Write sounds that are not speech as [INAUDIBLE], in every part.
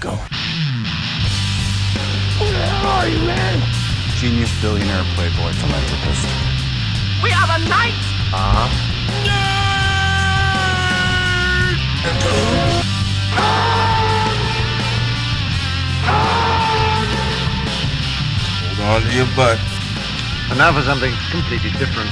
Go. Where are you, man? Genius billionaire playboy philanthropist. We are the knights. Ah. Hold on to your butt. And now for something completely different.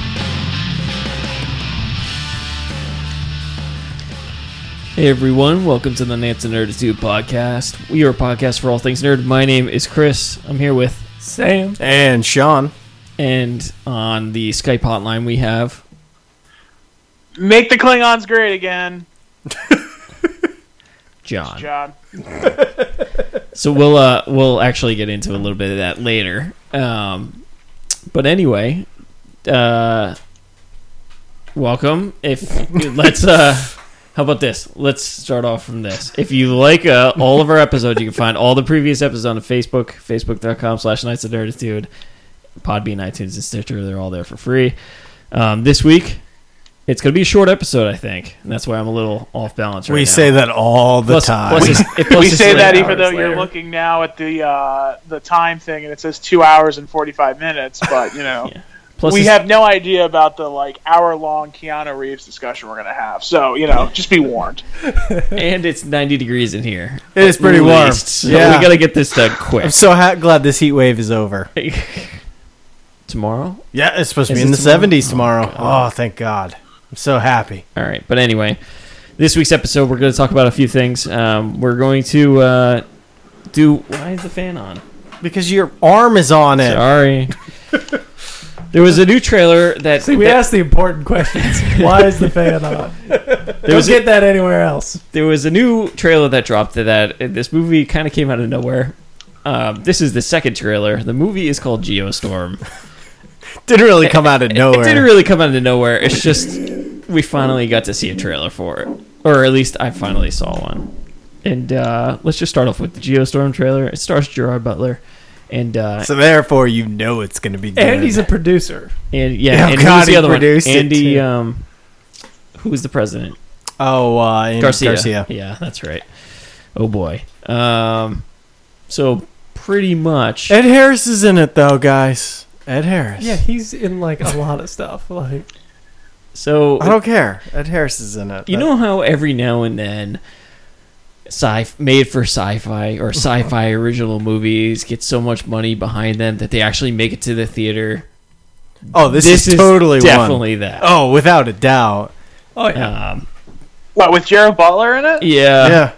Hey everyone, welcome to the Nance and Nerditude podcast. We are a podcast for all things nerd. My name is Chris. I'm here with Sam. And Sean. And on the Skype hotline we have Make the Klingons great again, John. John. So we'll uh we'll actually get into a little bit of that later. Um but anyway, uh welcome. If let's uh how about this? Let's start off from this. If you like uh, all of our episodes, you can find all the previous episodes on Facebook, facebook.com slash Nights of Nerditude, Podbean, iTunes, and Stitcher. They're all there for free. Um, this week, it's going to be a short episode, I think. And that's why I'm a little off balance right We now. say that all the Plus- time. [LAUGHS] plus it's- it- plus we it's say late that hours even though later. you're looking now at the uh, the time thing and it says two hours and forty five minutes, but you know [LAUGHS] Yeah. Plus we it's- have no idea about the like hour long Keanu Reeves discussion we're gonna have. So you know, just be warned. and it's 90 degrees in here. It is pretty warm. Least, So Yeah. we gotta get this done quick. I'm so ha- glad this heat wave is over. Tomorrow. Yeah, it's supposed to Is be in it the tomorrow? 70s tomorrow. Oh, God. Oh, thank God. I'm so happy. All right, but anyway, this week's episode we're going to talk about a few things. Um, we're going to uh, do. Why is the fan on? Because your arm is on it. Sorry. there was a new trailer that. See, we that- asked the important [LAUGHS] questions. Why is the fan on? there Don't was a, get that anywhere else. there was a new trailer that dropped that uh, this movie kind of came out of nowhere. Um, this is the second trailer. The movie is called Geostorm. Didn't really come out of nowhere. It didn't really come out of nowhere. It's just we finally got to see a trailer for it, or at least I finally saw one. And uh, let's just start off with the Geostorm trailer. It stars Gerard Butler, and uh, so therefore, you know it's going to be good. And he's a producer. and yeah, Oh, and God, who's the he other one? produced it, Andy, too. um, who's the president? oh, uh, Andy Garcia. Garcia. Yeah, that's right. Oh boy. Um, so pretty much. Ed Harris is in it, though, guys. Ed Harris. Yeah, he's in like a lot of stuff. Like So I don't care. Ed Harris is in it. You That- know how every now and then sci made for [LAUGHS] sci-fi or sci-fi original movies get so much money behind them that they actually make it to the theater. Oh, this, is, totally one. definitely that. Oh, without a doubt. oh yeah. Um, What with Jared Butler in it? yeah. yeah.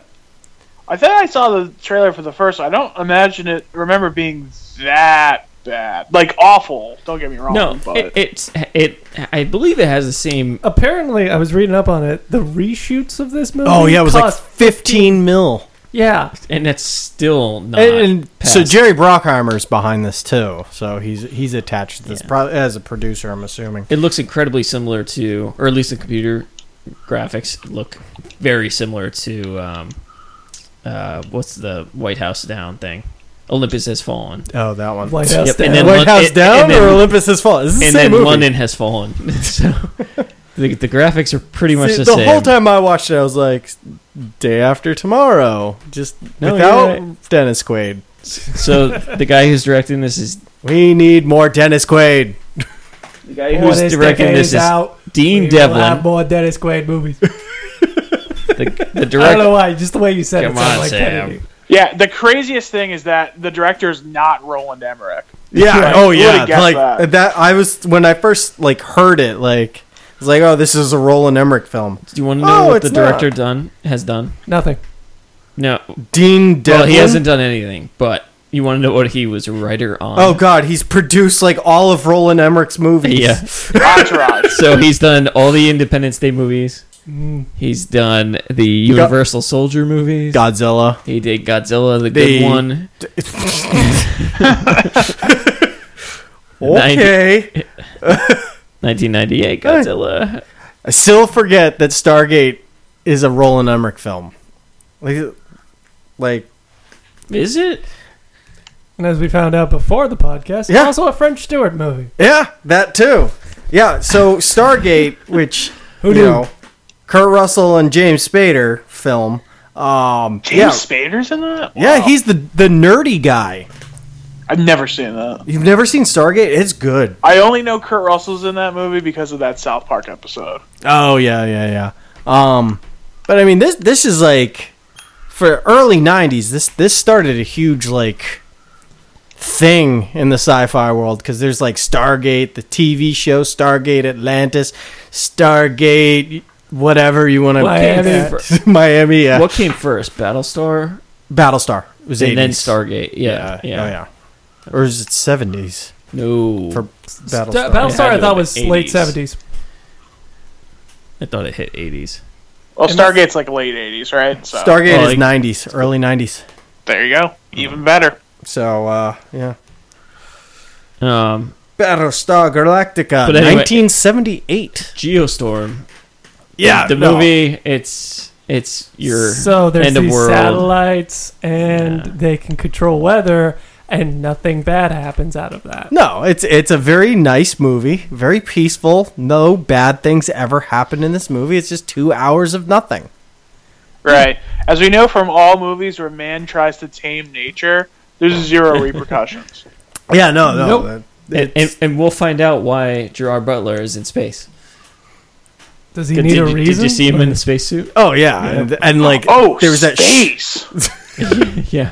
I think I saw the trailer for the first one. I don't imagine it. Remember being that bad, like awful. Don't get me wrong. No, Oh, but it, it's it. I believe it has the same. Apparently, I was reading up on it. The reshoots of this movie. Oh, yeah, it was like cost- 15 mil. yeah. And it's still not. and, and so past- Jerry Brockheimer's behind this too. So he's he's attached to this pro- as a producer, I'm assuming. it looks incredibly similar to, or at least the computer graphics look very similar to. Um, uh, what's the White House down thing? Olympus has fallen. Oh, that one. White House Yep, Down. and then White Lon- House and- Down and then- or Olympus Has Fallen? This is the and same then movie. London has fallen. [LAUGHS] so the, the graphics are pretty much See, the, the same. whole time I watched it, I was like, "Day after tomorrow," just No, without you're Dennis Quaid. So the guy who's directing this is We need more Dennis Quaid. the guy When who's this directing decade this is is out, Dean we will Have Devlin, more Dennis Quaid movies. the, the I don't know director. why. Just the way you said Come it. sounded on, like Sam. Kennedy. yeah, the craziest thing is that the director is not [LAUGHS] Roland Emmerich. Yeah. Right. Oh Would've yeah. guessed Like that. that. I was when I first like heard it. Like I was like, "Oh, this is a Roland Emmerich film." Do you want to know Oh, what the it's not. director done has done? Nothing. No, Dean Devlin. well he hasn't done anything. But you want to know what he was a writer on? Oh God, he's produced like all of Roland Emmerich's movies. yeah. Entourage. So he's done all the Independence Day movies. Mm. He's done the Universal Soldier movies. [LAUGHS] Godzilla. He did Godzilla, the good The- one. Okay. 1998 Godzilla. I still forget that Stargate is a Roland Emmerich film. Like, like Is it? And as we found out before the podcast, it's Yeah. also a French Stewart movie. yeah, that too. Yeah, so Stargate, [LAUGHS] which Who you knew? know, Kurt Russell and James Spader film. Um, James yeah, Spader's in that? yeah, Wow. he's the the nerdy guy. I've never seen that. You've never seen Stargate? It's good. I only know Kurt Russell's in that movie because of that South Park episode. Oh yeah, yeah, yeah. Um, but I mean this this is like for early '90s. This this started a huge like thing in the sci-fi world because there's like Stargate, the TV show Stargate Atlantis, Stargate, whatever you want to Miami fir- [LAUGHS] Miami, yeah. What came first, Battlestar Battlestar was and 80s. then Stargate? Yeah, Oh, yeah, yeah. yeah. Or is it '70s No, for Battlestar? Battlestar, Yeah, I I know, thought was the late 80s. seventies. I thought it hit eighties. Well, And that's- Stargate's like late 80s, right? So Stargate Like- is '90s, early '90s. there you go. Mm-hmm. Even better. So uh, yeah. Um, Battlestar Galactica, But anyway- 1978. Geostorm. Yeah, the no. movie. It's it's your so there's end of these world. satellites, and Yeah. they can control weather, and nothing bad happens out of that. No, it's it's a very nice movie, very peaceful. No bad things ever happen in this movie. It's just two hours of nothing. Right. As we know from all movies where man tries to tame nature, there's Oh. [LAUGHS] zero repercussions. Yeah, no, no. Nope. that- And, and, and we'll find out why Gerard Butler is in space. Does he Did, need did a you- did reason? you [LAUGHS] see him in the spacesuit? oh yeah, And, and, like Oh, there was that. [LAUGHS] Sh- space. Yeah.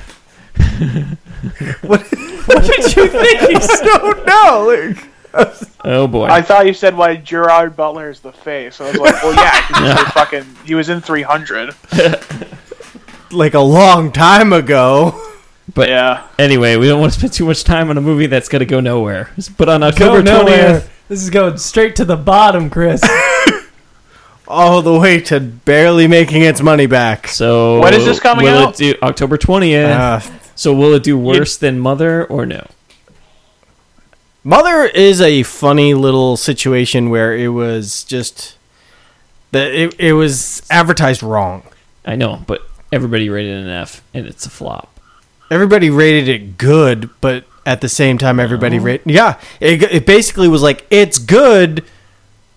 what did you think? [LAUGHS] He said? [LAUGHS] no, like, Oh boy. I thought you said why Gerard Butler is the face. I was like, well, [LAUGHS] yeah, he was a fucking. He was in 300. like a long time ago. but Yeah. anyway, we don't want to spend too much time on a movie that's going to go nowhere. But on Go October nowhere. twentieth, This is going straight to the bottom, [LAUGHS] Chris. All the way to barely making its money back. so When is this coming will out? Ah. It do, October twentieth. Uh, so will it do worse than Mother or no? Mother is a funny little situation where it was just that it, it was advertised wrong. I know, but everybody rated it an F, and it's a flop. Everybody rated it good, but at the same time, Oh. everybody rated yeah. It, it basically was like it's good,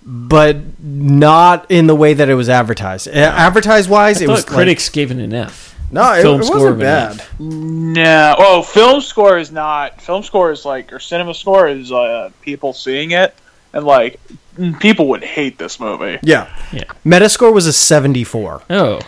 but not in the way that it was advertised. Advertised wise, I it thought was critics gave it an F. Like, no, it, Film it score of wasn't an F. bad. No. Oh, film score is not. Film score is like, or cinema score is uh, people seeing it and like mm, people would hate this movie. Yeah. Yeah. Metascore was a seventy-four. Oh.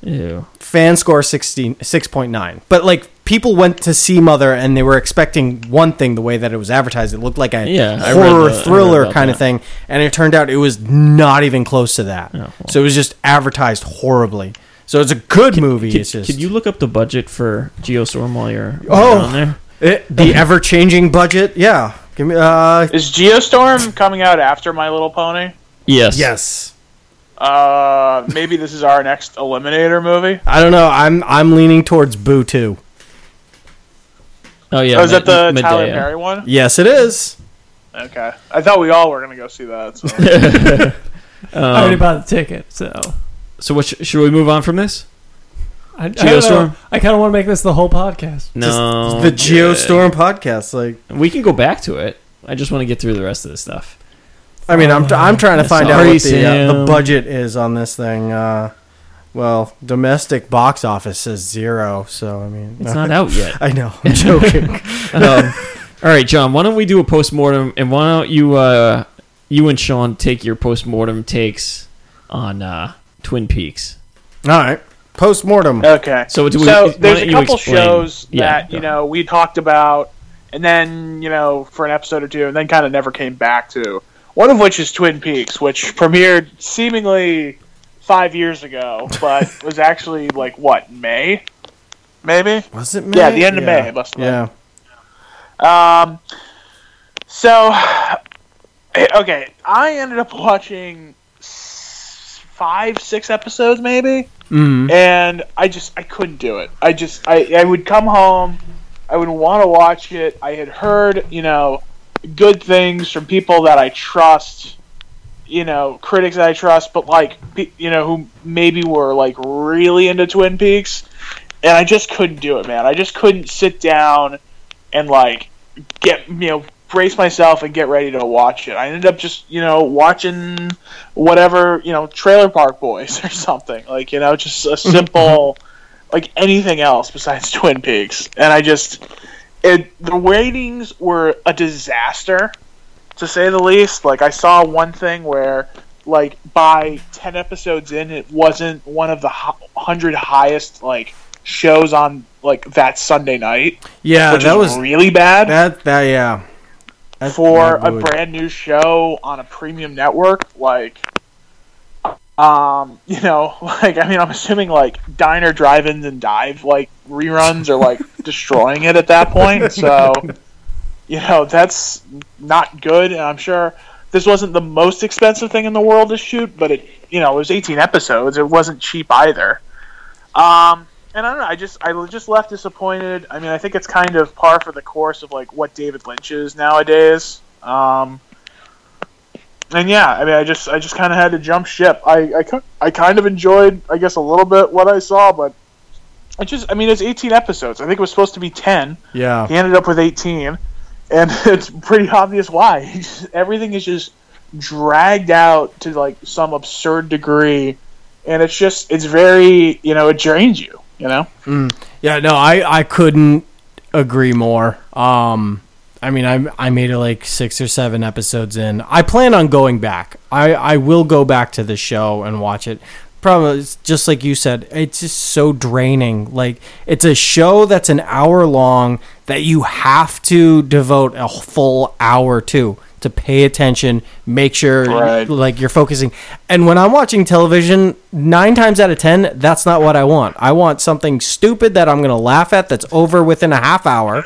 Ew. fan score 16 6.9 but like people went to see mother and they were expecting one thing the way that it was advertised it looked like a Yeah, I read horror the- I read thriller about kind of that. thing and it turned out it was not even close to that well. so it was just advertised horribly so it's a good movie Could, it's just could you look up the budget for Geostorm while you're while Oh. you're on there? it, [LAUGHS] the ever-changing budget yeah give me uh Is Geostorm coming out after My Little Pony? Yes. yes Uh, maybe this is our next Eliminator movie. i don't know i'm i'm leaning towards boo too Oh yeah. oh, is that the Med- Tyler Medea. Perry one? yes it is Okay. I thought we all were gonna go see that. So. I Um, already bought the ticket, so So what? Sh- should we move on from this? I, I don't Geostorm? know. I kind of want to make this the whole podcast. No. the geostorm podcast like We can go back to it. I just want to get through the rest of this stuff. I mean, I'm, I'm trying to find out sorry, what the, uh, the Sam. budget is on this thing. Uh, well, domestic box office says zero, so I mean, [LAUGHS] It's not out yet. I know, I'm [LAUGHS] [LAUGHS] joking. Um, all right, John. Why don't we do a post mortem, and why don't you, uh, you and Sean take your post mortem takes on uh, Twin Peaks? All right, post mortem. Okay. So do we- So why there's don't a you couple explain- shows Yeah, that go you know we talked about, and then you know for an episode or two, and then kind of never came back to. One of which is Twin Peaks, which premiered seemingly five years ago, [LAUGHS] but was actually like what May, maybe. Was it Yeah, the end of May, it must have been. Yeah, Um, so [SIGHS] okay, I ended up watching s- five, six episodes maybe mm. and I just I couldn't do it. I just I, I would come home, I would want to watch it. I had heard you know good things from people that I trust, you know critics that I trust, but like pe- you know who maybe were like really into Twin Peaks, and I just couldn't do it, man. I just couldn't sit down and like get you know brace myself and get ready to watch it. I ended up just, you know, watching whatever, you know, Trailer Park Boys [LAUGHS] or something. Like, you know, just [LAUGHS] a simple, like anything else besides [LAUGHS] Twin Peaks. And I just, it, the ratings were a disaster, to say the least. Like, I saw one thing where, like, by 10 episodes in, it wasn't one of the hu- 100 highest, like, shows on, like, that Sunday night, Yeah, which Uh, that is was really bad that. That yeah. That- for that a would- brand new show on a premium network like um [LAUGHS] you know like i mean i'm assuming like diner drive-ins and dive like reruns are like destroying it at that point so you know that's not good and i'm sure this wasn't the most expensive thing in the world to shoot but it you know it was 18 episodes it wasn't cheap either um and I don't know. I just I was just left disappointed. I mean, I think it's kind of par for the course of like what David Lynch is nowadays. Um, and yeah, I mean, I just I just kind of had to jump ship. I, I ki- I kind of enjoyed, I guess, a little bit what I saw, but it just I mean, it's 18 episodes. I think it was supposed to be 10. Yeah. He ended up with 18, and [LAUGHS] it's pretty obvious why. He just- Everything is just dragged out to like some absurd degree, and it's just it's very you know it drains you. You know. Yeah. No, I I couldn't agree more. Um, I mean, I I made it like six or seven episodes in. I plan on going back. I I will go back to the show and watch it. Problem is, just like you said, it's just so draining. Like it's a show that's an hour long that you have to devote a full hour to to pay attention, make sure Right. like you're focusing. And when I'm watching television, 9 times out of 10, that's not what I want. I want something stupid that I'm going to laugh at that's over within a half hour.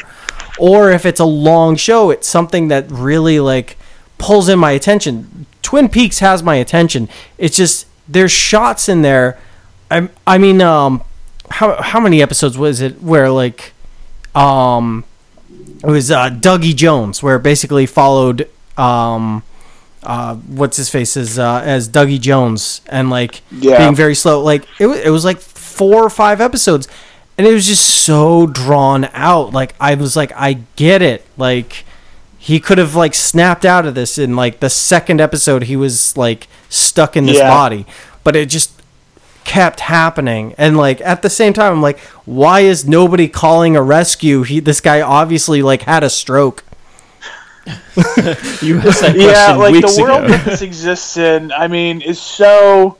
Or if it's a long show, it's something that really like pulls in my attention. Twin Peaks has my attention. It's just there's shots in there. I I mean um how how many episodes was it where like um it was uh, Dougie Jones, where it basically followed um, uh, what's his face as uh, as Dougie Jones, and like Yeah. being very slow. Like it was, it was like four or five episodes, and it was just so drawn out. Like I was like, I get it. Like he could have like snapped out of this in like the second episode. He was like stuck in this Yeah. body, but it just kept happening and like at the same time i'm like why is nobody calling a rescue he this guy obviously like had a stroke You asked that question [LAUGHS] yeah, like weeks the world ago. that this exists in, I mean, is so.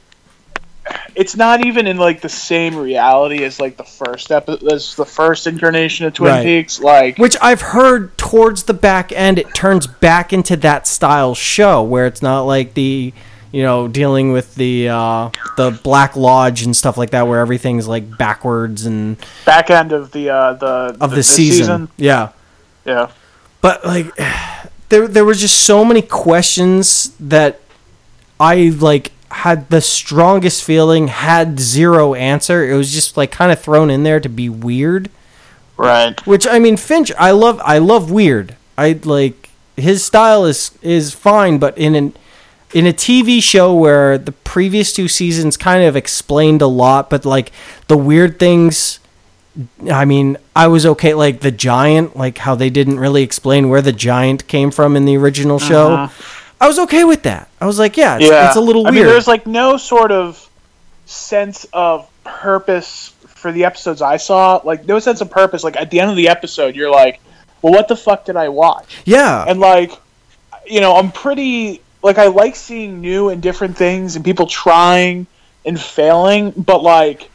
It's not even in like the same reality as like the first episode, as the first incarnation of Twin Right. Peaks. Like, which i've heard towards the back end it turns back into that style show where it's not like the you know dealing with the uh the black lodge and stuff like that where everything's like backwards and back end of the uh, the of the, season. yeah Yeah, but like [SIGHS] there there were just so many questions that I like had the strongest feeling had zero answer. It was just like kind of thrown in there to be weird, right. which I mean Finch, I love I love weird. I like his style is is fine, but in an in a TV show where the previous two seasons kind of explained a lot, but like the weird things I mean, I was okay. Like the giant, like how they didn't really explain where the giant came from in the original show. I was okay with that. I was like, yeah, it's, Uh-huh. yeah, it's a little I weird. mean, there's like no sort of sense of purpose for the episodes I saw. Like, no sense of purpose. Like at the end of the episode, you're like, well, what the fuck did I watch? yeah, and like you know i'm pretty like i like seeing new and different things and people trying and failing but like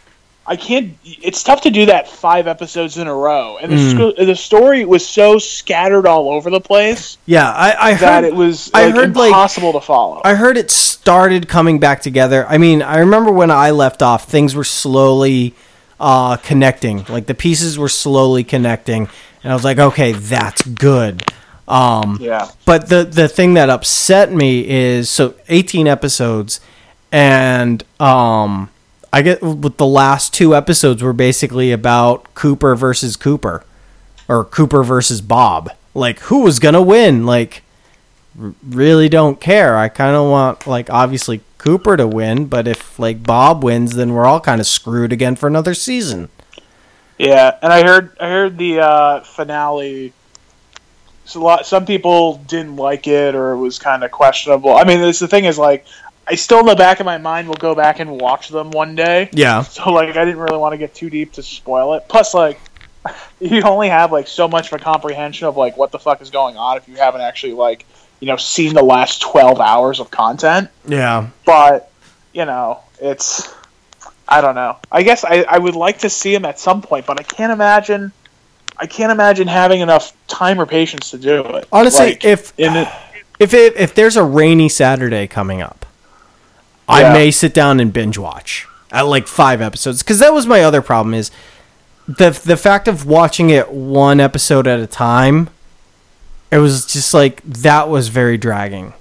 i can't it's tough to do that five episodes in a row and the, sc- the story was so scattered all over the place yeah. I, I heard that it was I like, heard, like- impossible to follow I heard it started coming back together. I mean, I remember when I left off, things were slowly uh, connecting. Like the pieces were slowly connecting, and I was like, okay, that's good. Um, yeah But the the thing that upset me is so 18 episodes and um I get with the last two episodes were basically about Cooper versus Cooper or Cooper versus Bob. Like who was going to win? Like r- really don't care. I kind of want like obviously Cooper to win, but if like Bob wins then we're all kind of screwed again for another season. Yeah, and I heard I heard the uh, finale so a lot, some people didn't like it or it was kind of questionable. I mean, this, the thing is, like, I still in the back of my mind will go back and watch them one day. Yeah. So, like, I didn't really want to get too deep to spoil it. Plus, like, [LAUGHS] you only have, like, so much of a comprehension of, like, what the fuck is going on if you haven't actually, like, you know, seen the last 12 hours of content Yeah. but you know it's i don't know i guess I, I would like to see him at some point but i can't imagine i can't imagine having enough time or patience to do it Honestly, Like, if in it, if it, if there's a rainy Saturday coming up, I Yeah. may sit down and binge watch at like five episodes because that was my other problem is the the fact of watching it one episode at a time. It was just like that was very dragging.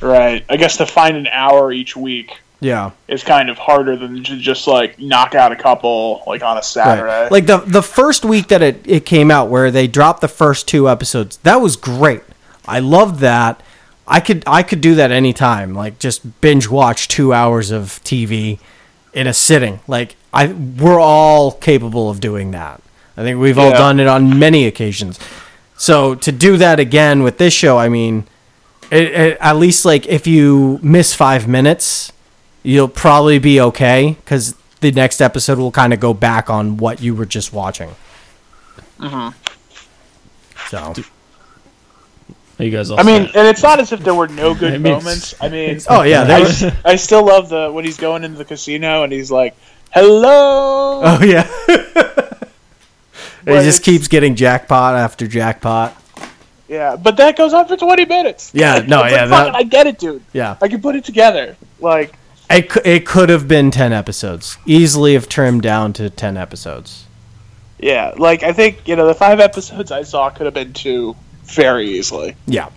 right i guess to find an hour each week Yeah. is kind of harder than to just like knock out a couple like on a saturday Right. Like the the first week that it, it came out where they dropped the first two episodes, that was great. I loved that. I could I could do that anytime. Like just binge watch two hours of TV in a sitting. Like I we're all capable of doing that. I think we've all Yeah. done it on many occasions. So to do that again with this show, I mean, it, it, at least like if you miss five minutes, you'll probably be okay because the next episode will kind of go back on what you were just watching. Mm-hmm. So, [LAUGHS] Are you guys all I mean, set? and it's not as if there were no good I mean, it's- moments. I mean, it's- oh yeah, there was, I, I still love the when he's going into the casino and he's like, "Hello." oh yeah. But it just it's- keeps getting jackpot after jackpot. Yeah, but that goes on for 20 minutes. Yeah, no, It's yeah, like, fuck that- it, I get it, dude. Yeah, I can put it together. Like, it cou- it could have been ten episodes. Easily have trimmed down to ten episodes. yeah, like I think you know the five episodes I saw could have been two very easily. Yeah,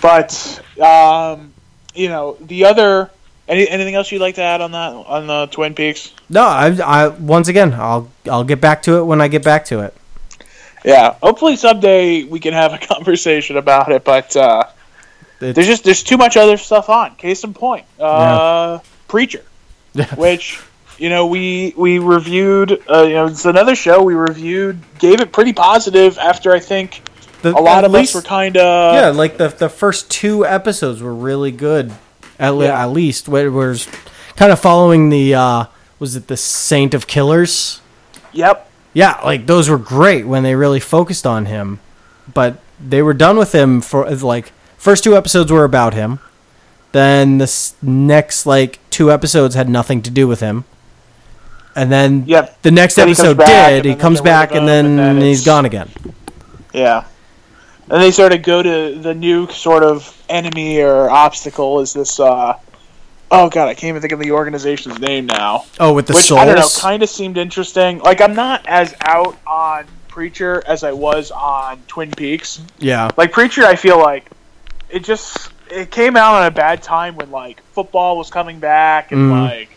But um, you know the other. Any, anything else you'd like to add on that on the Twin Peaks? no, I, I once again, I'll I'll get back to it when I get back to it. Yeah, hopefully someday we can have a [LAUGHS] conversation about it. But uh, It's- there's just there's too much other stuff on. Case in point, uh, Preacher, [LAUGHS] which you know we we reviewed. Uh, you know, it's another show we reviewed. Gave it pretty positive after I think The- a lot at of least- us were kind of yeah, like the the first two episodes were really good. At, le- Yeah. at least where was kind of following the uh was it the Saint of Killers? yep. Yeah, like those were great when they really focused on him. But they were done with him for like first two episodes were about him. Then the s- next like two episodes had nothing to do with him. And then Yep. the next Then he comes episode back, did. and He then comes they're worried back and about him, then, and then he's it's- gone again. Yeah. And they sort of go to the new sort of enemy or obstacle is this uh oh god, I can't even think of the organization's name now. Oh, with the Which souls. I don't know, kind of seemed interesting. Like I'm not as out on Preacher as I was on Twin Peaks. yeah. Like Preacher, I feel like it just it came out on a bad time when like football was coming back and Mm. like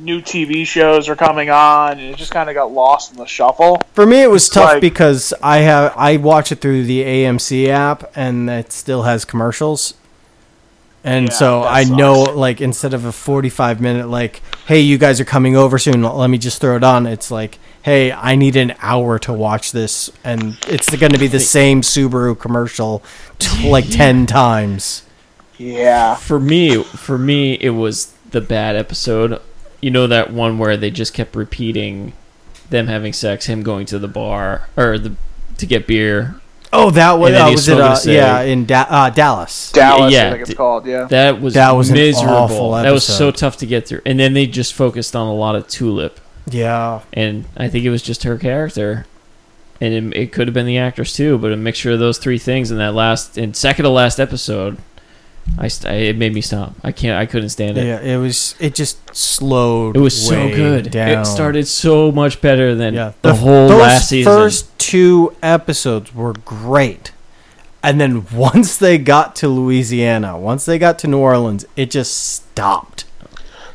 new TV shows were coming on and it just kind of got lost in the shuffle. For me, it was tough like- because I have I watch it through the AMC app, and it still has commercials. And Yeah, so that I know, sucks. like, instead of a forty-five minute, like, "Hey, you guys are coming over soon. Let me just throw it on." It's like, "Hey, I need an hour to watch this," and it's going to be the same Subaru commercial, t- [LAUGHS] like ten times. Yeah. for me for me it was the bad episode you know that one where they just kept repeating them having sex him going to the bar or the to get beer Oh, that was, And then uh, he's was still it? gonna Uh, say- yeah, in da- uh, Dallas. Dallas, Yeah, I think it's d- called. Yeah. that was That was an miserable awful that was so episode. tough to get through and then they just focused on a lot of tulip Yeah, and i think it was just her character and it, it could have been the actress too but a mixture of those three things in that last in second to last episode I, st- I it made me stop i can't i couldn't stand it yeah. It was. It just slowed. It was so way good. Down. It started so much better than Yeah, the, f- whole those last season. First two episodes were great, and then [LAUGHS] once they got to Louisiana, once they got to New Orleans, it just stopped.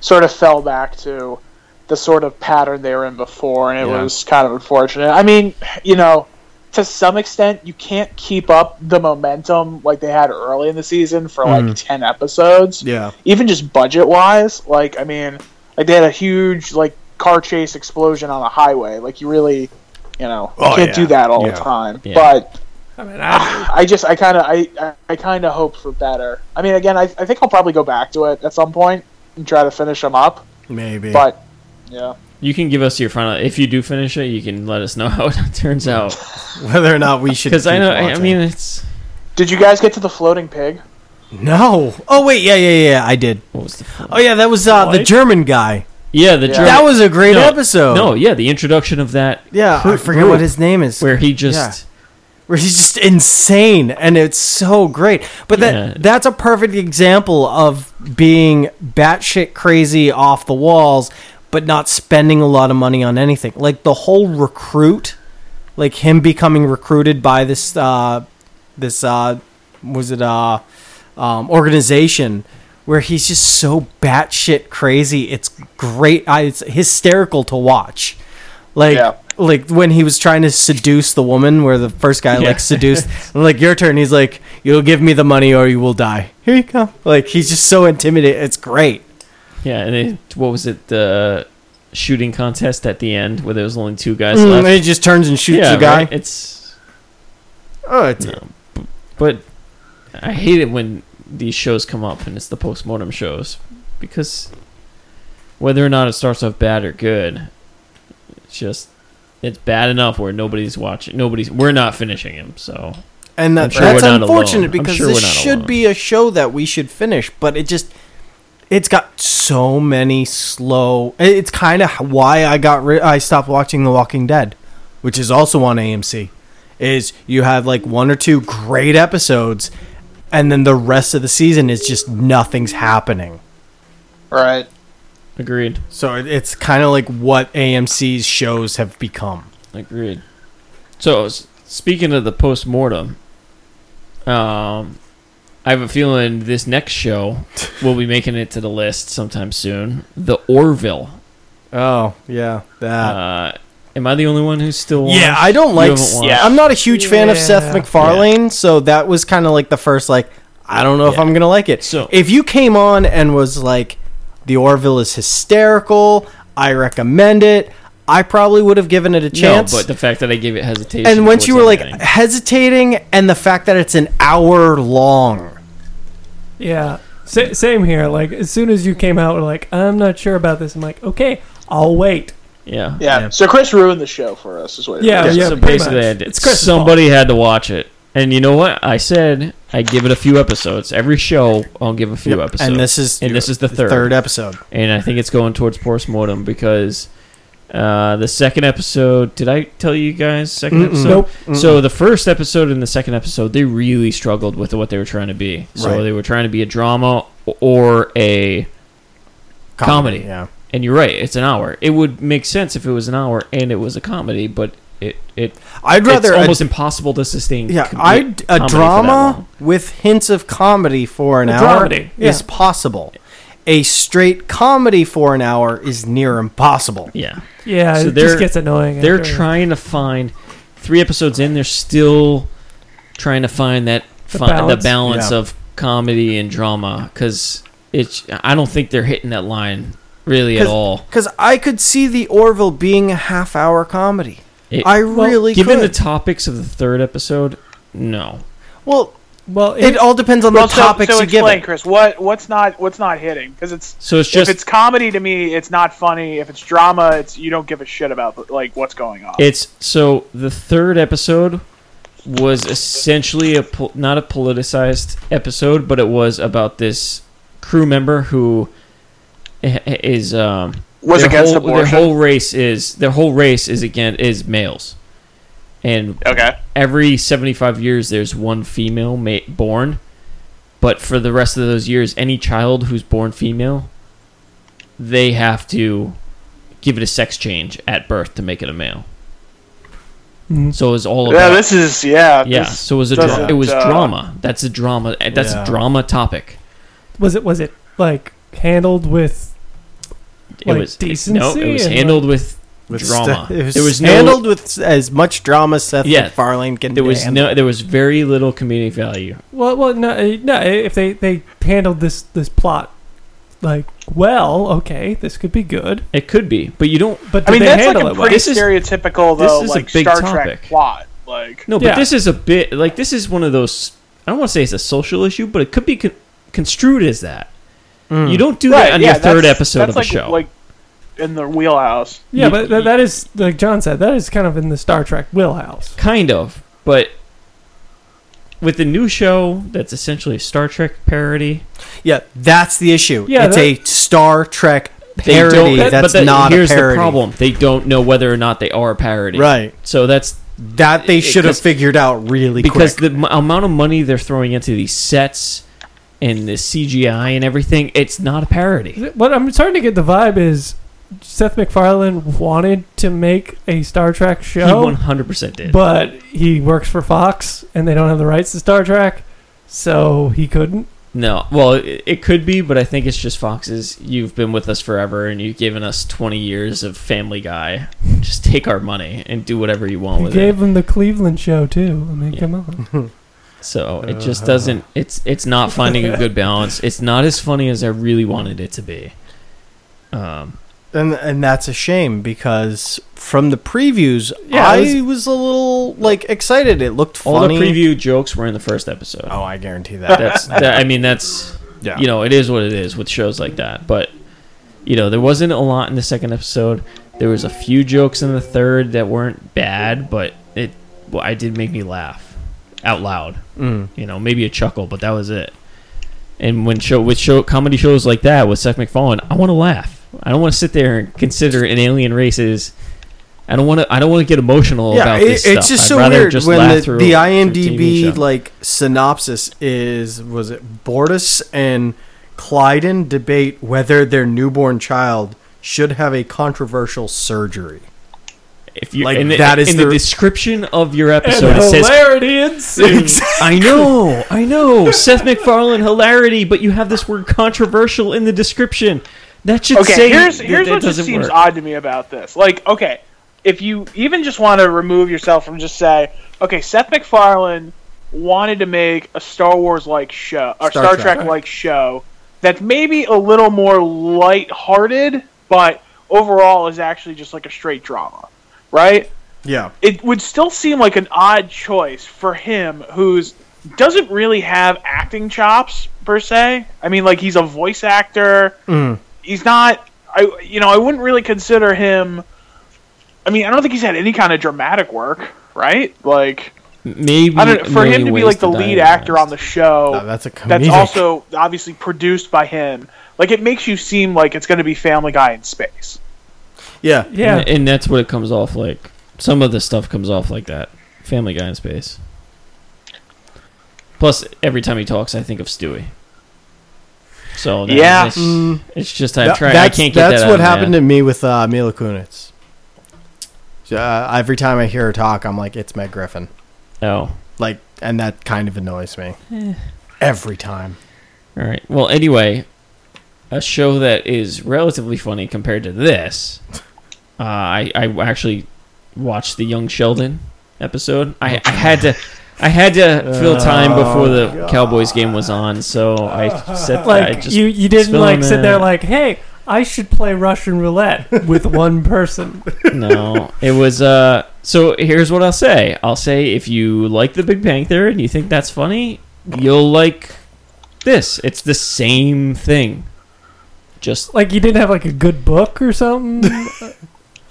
sort of fell back to the sort of pattern they were in before, and it Yeah. was kind of unfortunate. I mean, you know, to some extent, you can't keep up the momentum like they had early in the season for like 10 episodes. Mm. Yeah, Even just budget wise, like, I mean, like they had a huge, like, car chase explosion on a highway. Like, you really, you know, Oh, can't yeah. do that all Yeah. Ah. the time. Yeah. But I mean, I, I just I kind of I, I, I kind of hope for better. I mean, again, I, I think I'll probably go back to it at some point and try to finish them up. Maybe. But yeah, You can give us your final. If you do finish it, you can let us know [LAUGHS] how it turns out. [LAUGHS] whether or not we should. Because I keep know. I, I watching. mean, it's did you guys get to the floating pig? no. Oh wait, yeah, yeah, yeah. I did. what was the? f- Oh yeah, that was uh, the What? German guy. Yeah, the German- That was a great no, episode. No, yeah, the introduction of that. Yeah, I Kurt forget Gru- what his name is. Where he just where he's just insane and it's so great. But that Yeah. that's a perfect example of being batshit crazy off the walls, but not spending a lot of money on anything. Like the whole recruit, like him becoming recruited by this uh this uh was it uh um, organization where he's just so batshit crazy. It's great. I, it's hysterical to watch. Like Yeah. like when he was trying to seduce the woman, where the first guy like [LAUGHS] seduced, and, like your turn. He's like, "You'll give me the money, or you will die." Here you go. Like he's just so intimidated. It's great. yeah, and it, what was it? The shooting contest at the end where there was only two guys Mm, and left. he just turns and shoots yeah, the guy. right? It's oh, it's, but I hate it when these shows come up and it's the postmortem shows because whether or not it starts off bad or good, it's just it's bad enough where nobody's watching. Nobody's we're not finishing him. So and that, sure that's we're not alone. unfortunate I'm because sure this we're not should alone. be a show that we should finish, but it just it's got so many slow. it- It's kind of why I got ri- I stopped watching The Walking Dead, which is also on AMC. Is you have like one or two great episodes, and then the rest of the season is just nothing's happening. Right. agreed, So it- it's kind of like what AMC's shows have become. agreed. So s- speaking of the postmortem, um, I have a feeling this next [LAUGHS] show will be making it to the list sometime soon. The Orville. Oh yeah, that. Uh, am I the only one who's still? Yeah, watched? I don't You like. haven't watched. Yeah, I'm not a huge fan of Seth Yeah. MacFarlane, so that was kind of like the first like. I don't know if I'm gonna like it. So- if you came on and was like, "The Orville is hysterical," I recommend it. I probably would have given it a chance. No, but the fact that I gave it hesitation. and once you were towards like ending. hesitating, and the fact that it's an hour long, yeah. Sa- same here. Like as soon as you came out, we're like, I'm not sure about this. I'm like, okay, I'll wait. yeah, Yeah. So Chris ruined the show for us. Is what. it Yeah, is. yeah. So pretty basically, much. I did. It's Chris's somebody had to watch it, and you know what? I said I give it a few episodes. Every show, I'll give a few episodes. and this is and this is the third. episode. and I think it's going towards postmortem because uh, the second episode. Did I tell you guys 2nd episode? Nope. So the first episode and the second episode, they really struggled with what they were trying to be. So Right. they were trying to be a drama or a Comedy. yeah. And you're right, it's an hour. It would make sense if it was an hour and it was a comedy, but it it I'd rather it's a- almost impossible to sustain. Yeah, com- I a comedy for that drama long. with hints of comedy for an hour dramedy, is yeah. possible. A straight comedy for an hour is near impossible. Yeah, Yeah, So it they're- just gets annoying. they're after- trying to find three episodes in. They're still trying to find that The fi- balance? the balance Yeah. of comedy and drama because it's. I don't think they're hitting that line really at all. Because I could see the Orville being a half hour comedy. It- I well, really given could. the topics of the third episode, no. well, Well, it, it, all depends on Well, the so, topics so you give explain, it. Chris. What what's not what's not hitting? Because it's So it's if just it's comedy to me, it's not funny. If it's drama, it's you don't give a shit about like what's going on. It's so the third episode was essentially a po- not a politicized episode, but it was about this crew member who i- i- is um Was their against whole, abortion? Their whole race is their whole race is again is males, and okay. every seventy five years there's one female ma- born, but for the rest of those years, any child who's born female, they have to give it a sex change at birth to make it a male. Mm-hmm. So it was all about Yeah, this is yeah. yeah. this- So it was a dra- doesn't, it was uh, drama. That's a drama. eh, That's Yeah. a drama topic. was it was it like handled with It Like was No, decency it was and, handled with, With drama. st- it was there was handled no. with s- as much drama as Seth Yeah. MacFarlane can There was handle. no. There was very little comedic value. well, well, no, eh, no. eh, If they they handled this this plot like well, okay, this could be good. It could be, but you don't. But did I mean they that's like handle a it well? pretty This is- stereotypical this though is a like big Star topic. Trek plot. Like, No, but Yeah. this is a bit like this is one of those. I don't want to say it's a social issue, but it could be con- construed as that. Mm. You don't do that right? on yeah, your third that's- episode that's of a like, show. Like in the wheelhouse. Yeah, You- but th- that is like John said. That is kind of in the Star Trek wheelhouse. Kind of, but with the new show that's essentially a Star Trek parody. Yeah, that's the issue. Yeah, it's that- a Star Trek They parody. don't, that's but that- not here's a parody. the problem: they don't know whether or not they are a parody. Right. So that's That they It- should have 'cause- figured out really because quick. the m- amount of money they're throwing into these sets and the CGI and everything, it's not a parody. What I'm starting to get the vibe is Seth MacFarlane wanted to make a Star Trek he show, 100% did. but he works for Fox and they don't have the rights to Star Trek, so he couldn't. No, well, it, it could be, but I think it's just Fox's. You've been with us forever, and you've given us twenty years of Family Guy. Just take our money and do whatever you want He with gave him the Cleveland show too. I mean, come on. it. So it just doesn't. It's it's not finding a good balance. It's not as funny as I really wanted it to be. Um, and and that's a shame because from the previews, Yeah, I it was, a little like excited. It looked all funny. the preview jokes were in the first episode. Oh, I guarantee that. That's that, I mean that's Yeah. you know it is what it is with shows like that. But you know there wasn't a lot in the second episode. There was a few jokes in the third that weren't bad, but it well, I did make me laugh out loud. Mm. You know maybe a chuckle, but that was it. And when show with show comedy shows like that with Seth MacFarlane, I want to laugh. I don't want to sit there and consider an alien race is. I don't want to. I don't want to get emotional yeah, about it- this it's stuff. just I'd so rather weird just when laugh the, through the a- through a TV IMDb show. like synopsis is was it Bortus and Clyden debate whether their newborn child should have a controversial surgery. If you Like, in the, that is in the- the description of your episode, and it says, hilarity ensues. "I know, I know, Seth MacFarlane hilarity," but you have this word controversial in the description. That should Okay, say here's that- here's that what just doesn't seems work. odd to me about this. Like, okay, if you even just want to remove yourself from just say, okay, Seth MacFarlane wanted to make a Star Wars like show or Star Star, Trek. Trek like show that's maybe a little more light-hearted, but overall is actually just like a straight drama, right? Yeah. it would still seem like an odd choice for him who's doesn't really have acting chops per se. I mean like he's a voice actor. He's not I you know, I wouldn't really consider him I mean, I don't think he's had any kind of dramatic work, right? Like [LAUGHS] Maybe I don't a for him million to be ways like the die lead in actor life. on the show No, that's a that's comedic. also obviously produced by him. Like it makes you seem like it's going to be Family Guy in space. Yeah. yeah, and, and that's what it comes off like. Some of the stuff comes off like that. Family Guy in space. Plus, every time he talks, I think of Stewie. So that- Yeah. that's- it's just I That- try. I that's can't get that's that what out of my happened head. to me with uh, Mila Kunis. So, uh, every time I hear her talk, I'm like, it's Meg Griffin. Oh. Like, and that kind of annoys me. Every time. All right. Well, anyway, a show that is relatively funny compared to this. Uh, I I actually watched the Young Sheldon episode. I, I had to I had to fill time before the Cowboys game was on, so I set I [LAUGHS] like just you, you didn't spilled like them sit there out. like, hey, I should play Russian roulette [LAUGHS] with one person. no. It was uh so here's what I'll say. I'll say if you like the Big Bang Theory and you think that's funny, you'll like this. It's the same thing. Just Like you didn't have like a good book [LAUGHS] or something.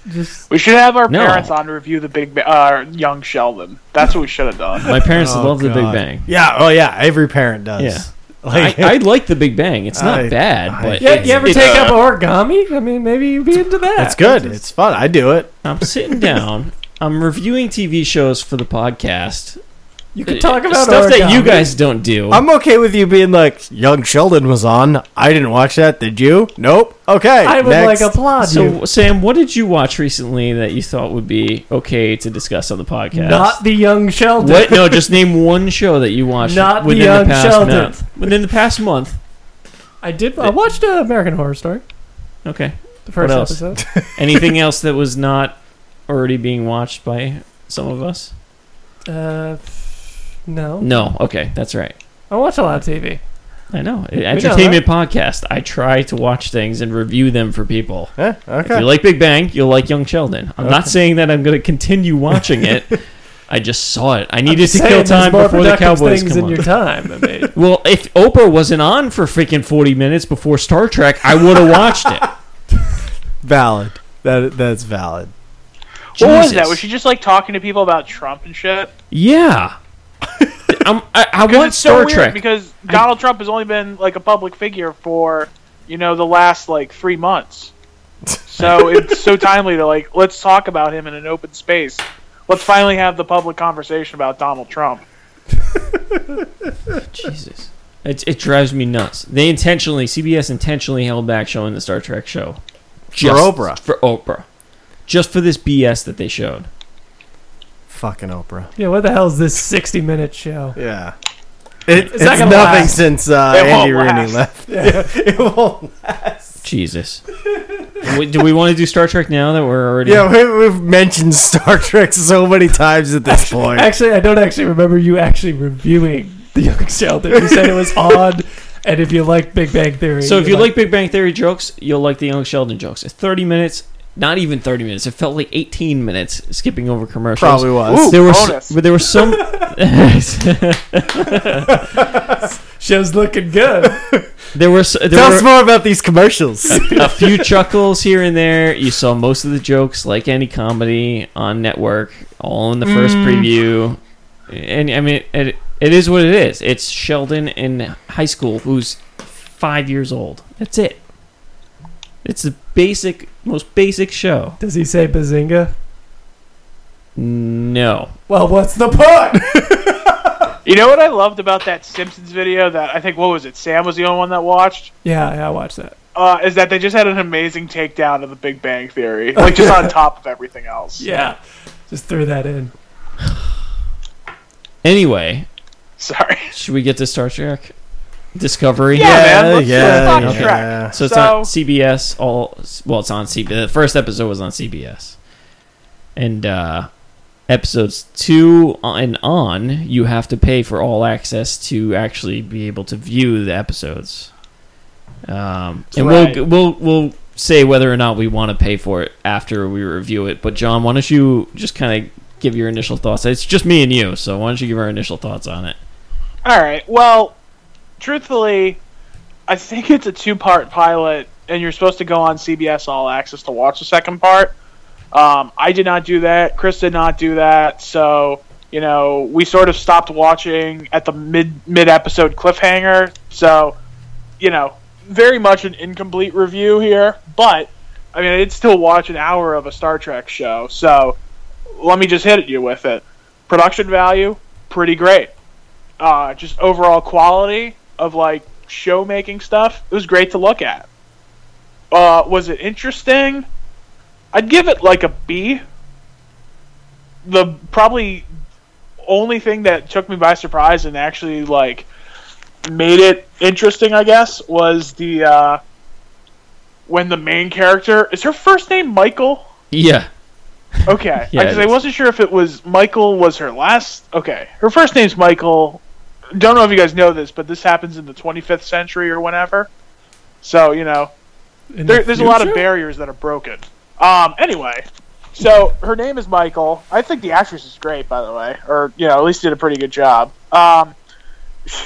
Just We should have our No. parents on to review the big ba- uh, young Sheldon. That's what we should have done. my parents Oh, love the Big God. Bang. Yeah. Oh, yeah. Every parent does. Yeah. I, [LAUGHS] Like, I like the Big Bang. It's not I- bad, I- but yeah, you ever it- take up origami? I mean, maybe you'd be into that. it's good. It's fun. I do it. I'm sitting down. I'm reviewing TV shows for the podcast. You could talk about stuff that you origami. guys don't do. I'm okay with you being like, Young Sheldon was on. I didn't watch that. Did you? Nope. Okay. I would next. like applaud you. so, Sam, what did you watch recently that you thought would be okay to discuss on the podcast? Not the young Sheldon. what? No, just name one show that you watched [LAUGHS] Not the within Young past Sheldon. month. Within the past month. I did. I watched uh, American Horror Story, Okay. the first What else? [LAUGHS] episode. Anything else that was not already being watched by some of us? Uh, no, No. Okay, that's right. I watch a lot of TV. I know. Entertainment podcast. I try to watch things and review them for people. Eh, If okay. [LAUGHS] you like Big Bang, you'll like Young Sheldon. I'm not saying that I'm going to continue watching it. I just saw it. I needed to Saying kill there's time more before the productive Cowboys things come in on. your time. I mean, well, if Oprah wasn't on for freaking 40 minutes before Star Trek, I would have watched it. Valid. That that's valid. [LAUGHS] What was Jesus. that? Was she just like talking to people about Trump and shit? [LAUGHS] Yeah. I'm, I, I Because want it's so Star weird Trek. because Donald Trump has only been like a public figure for you know the last like three months. [LAUGHS] So it's so timely to like let's talk about him in an open space. Let's finally have the public conversation about Donald Trump. Jesus. It, it drives me nuts. They intentionally, CBS intentionally held back showing the Star Trek show. Oprah. For Oprah. Just for this BS that they showed. Fucking Oprah. yeah, what the hell is this 60 minute show? Yeah. It, it's not nothing gonna last. since uh, It won't Andy Rooney last. left. [LAUGHS] it won't. [LAUGHS] Jesus. Wait, do we want to do Star Trek now that we're already. Yeah, we, we've mentioned Star [LAUGHS] Trek so many times at this point. Actually, I don't actually remember you actually reviewing The Young Sheldon. You said [LAUGHS] it was odd, and if you like Big Bang Theory. So if you you like Big Bang Theory jokes, you'll like the Young Sheldon jokes. It's 30 minutes, not even 30 minutes. It felt like 18 minutes, skipping over commercials. Probably was. Ooh. There were, bonus. but there were [LAUGHS] some. [LAUGHS] show's looking good. [LAUGHS] there were s- there Tell were, us more about these commercials. a few chuckles here and there. You saw most of the jokes, like any comedy on network, all in the first preview. And I mean, it, it is what it is. It's Sheldon in high school who's five years old. That's it. It's the basic, most basic show. Does he say Bazinga? No. Well, what's the point? [LAUGHS] You know what I loved about that Simpsons video that I think what was it? Sam was the only one that watched. yeah, yeah, I watched that. Uh, is that they just had an amazing takedown of the Big Bang [LAUGHS] Theory, like just on top of everything else. Yeah. Just threw that in. Anyway, Sorry. should we get to Star Trek Discovery? Yeah, man. Let's, let's talk yeah. Trek. So it's on CBS. All well, it's on CBS. The first episode was on CBS, and uh, episodes two and on, you have to pay for all access to actually be able to view the episodes. Um, and we'll Right. we'll we'll say whether or not we want to pay for it after we review it. But John, why don't you just kind of give your initial thoughts? It's just me and you, so why don't you give our initial thoughts on it? All right. Well, truthfully, I think it's a two-part pilot, and you're supposed to go on CBS All Access to watch the second part. Um, I did not do that. Chris did not do that. So you know, we sort of stopped watching at the mid mid episode cliffhanger. So you know, very much an incomplete review here, but. I mean, I did still watch an hour of a Star Trek show, so let me just hit you with it. Production value, pretty great uh, just overall quality of like show making stuff. It was great to look at. Uh, was it interesting? I'd give it like a B. The probably only thing that took me by surprise and actually like made it interesting, I guess, was the uh, when the main character is her first name Michael. Yeah, Okay, Yeah, because it I is. wasn't sure if it was Michael was her last. Okay, her first name's Michael. Don't know if you guys know this, but this happens in the 25th century or whenever. So you know, In there, the there's a lot of future? barriers that are broken. Um, anyway, so her name is Michael. I think the actress is great, by the way, or you know, at least did a pretty good job. Um,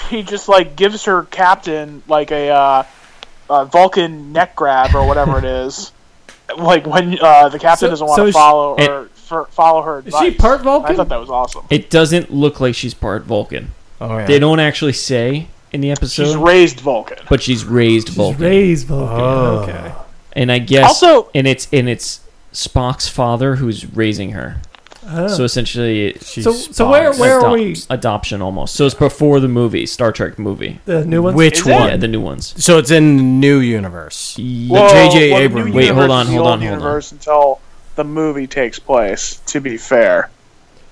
she just like gives her captain like a, uh, a Vulcan neck grab or whatever [LAUGHS] it is, like when uh, the captain So- doesn't want to so she- follow it- or for, follow her. Is Advice. she part Vulcan? I thought that was awesome. it doesn't look like she's part Vulcan. Oh, yeah. They don't actually say in the episode. She's raised Vulcan. but she's raised She's Vulcan, raised Vulcan. Oh. Okay. and I guess Also- and it's and it's Spock's father who's raising her. Oh. So essentially, it- She's So- so where- Spock's- where- are adop- we- adoption almost. So it's before the movie Star Trek movie. the new one. Which Is it? one? Yeah, the new ones. So it's in the new universe. Yeah. Well, J.J. well, the new Abrams. Wait, hold universe on, is the hold old on, hold on. universe until the movie takes place. To be fair.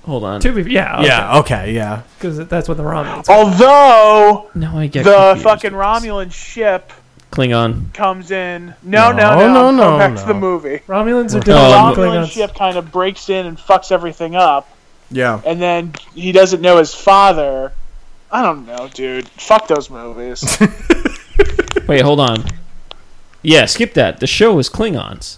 Hold on. To be, yeah. Yeah. Okay. Yeah. Because that's what the Romulans. Although No, I get the confused. fucking Romulan ship Klingon. comes in. No, No, no, no, no, no, no, back to no. the movie. Romulans are The different Oh, Um, than Romulan Klingons. ship kind of breaks in and fucks everything up, Yeah. and then he doesn't know his father. I don't know, dude. Fuck [LAUGHS] those movies. Wait, hold on. Yeah, skip that. The show is Klingons.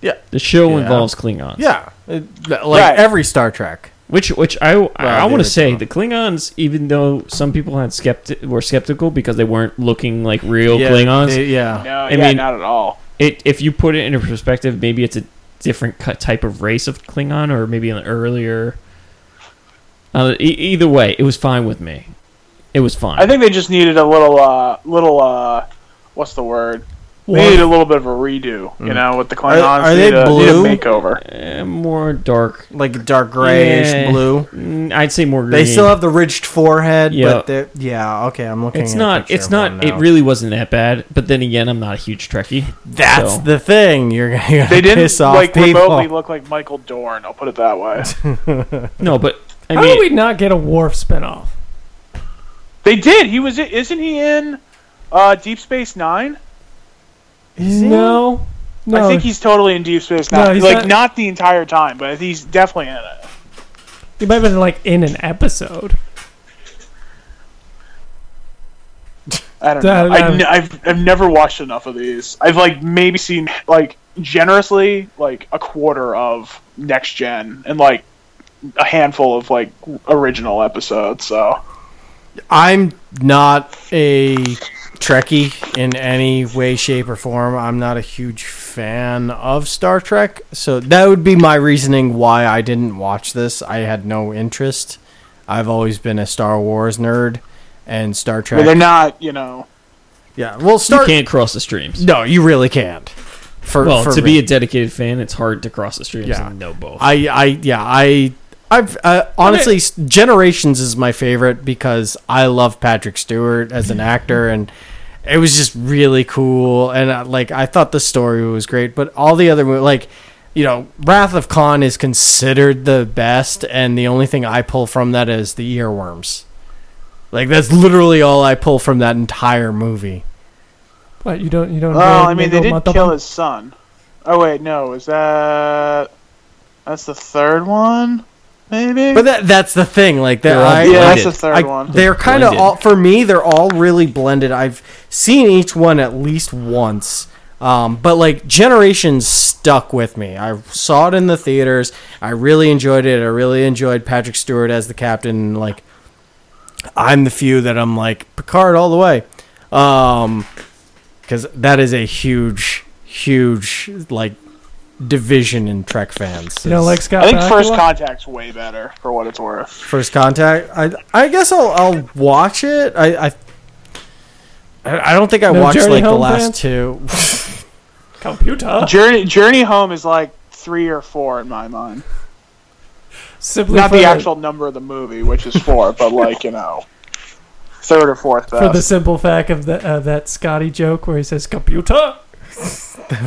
Yeah. The show Yeah. involves Klingons. Yeah. It- like Right. every Star Trek. Which, which I, I, they want were to say, dumb. the Klingons, even though some people had skepti- were skeptical because they weren't looking like real Klingons, they- yeah. No, I yeah, mean- not at all. it if you put it into perspective, maybe it's a different cut type of race of Klingon, or maybe an earlier. Uh, e- either way, it was fine with me. It was fine. I think they just needed a little, uh, little, uh, what's the word? They needed a little bit of a redo, you know, with the Klingons. Mm. are they need a, need a blue? [LAUGHS] makeover. Eh, more dark. Like dark grayish Yeah. blue. Mm, I'd say more. Green. They still have the ridged forehead, Yeah. but they're yeah. Okay, I'm looking. It's at a not. picture It's of not. one It now. really wasn't that bad. But then again, I'm not a huge Trekkie. That's so- the thing. You're gonna, you're They gonna didn't piss off like people. remotely look like Michael Dorn. I'll put it that [LAUGHS] way. No, but I How mean, did we not get a Worf spinoff? they did. He was. Isn't he in uh, Deep Space Nine? No, no. I think he's totally in Deep Space No, Nine. he's like not- not... the entire time, but he's definitely in it. he might have been like in an episode. I don't That- know. I that- n- I've I've never watched enough of these. I've like maybe seen like generously like a quarter of Next Gen and like a handful of like original episodes. So I'm not a Trekkie in any way, shape, or form. I'm not a huge fan of Star Trek, so that would be my reasoning why I didn't watch this. I had no interest. I've always been a Star Wars nerd, and Star Trek. but they're not, you know. yeah, well, you Star. can't cross the streams. No, you really can't. For, well, for to be me. a dedicated fan, it's hard to cross the streams Yeah. and know both. I, I, yeah, I, I've uh, honestly, s Generations is my favorite because I love Patrick Stewart as an actor, and it was just really cool. And uh, like, I thought the story was great, but all the other mo- like, you know, Wrath of Khan is considered the best, and the only thing I pull from that is the earworms. Like that's literally all I pull from that entire movie. What you don't you don't. Well, enjoy Oh, I mean, they Mingo did kill Montalban? his son. Oh wait, no, is that that's the third one? Maybe. But that that's the thing, like that. They're all I, blended. yeah, I- that's the third I- one. They're kind of blended. all for me. They're all really blended. I've seen each one at least once, um, but like Generations stuck with me. I saw it in the theaters. I really enjoyed it. I really enjoyed Patrick Stewart as the captain. Like, I'm the few that I'm like Picard all the way, um, because that is a huge, huge like division in Trek fans. You know, like It's- Scott. I think First Bakula? Contact's way better for what it's worth. First Contact. I I guess I'll I'll watch it. I I I I don't think I No watched Journey like the Home last fans? two. computer. Journey Journey Home is like three or four in my mind. Simply Not for the actual number of the movie, which is four, but like you know, third or fourth for best. the simple fact of the, uh, that Scotty joke where he says computer.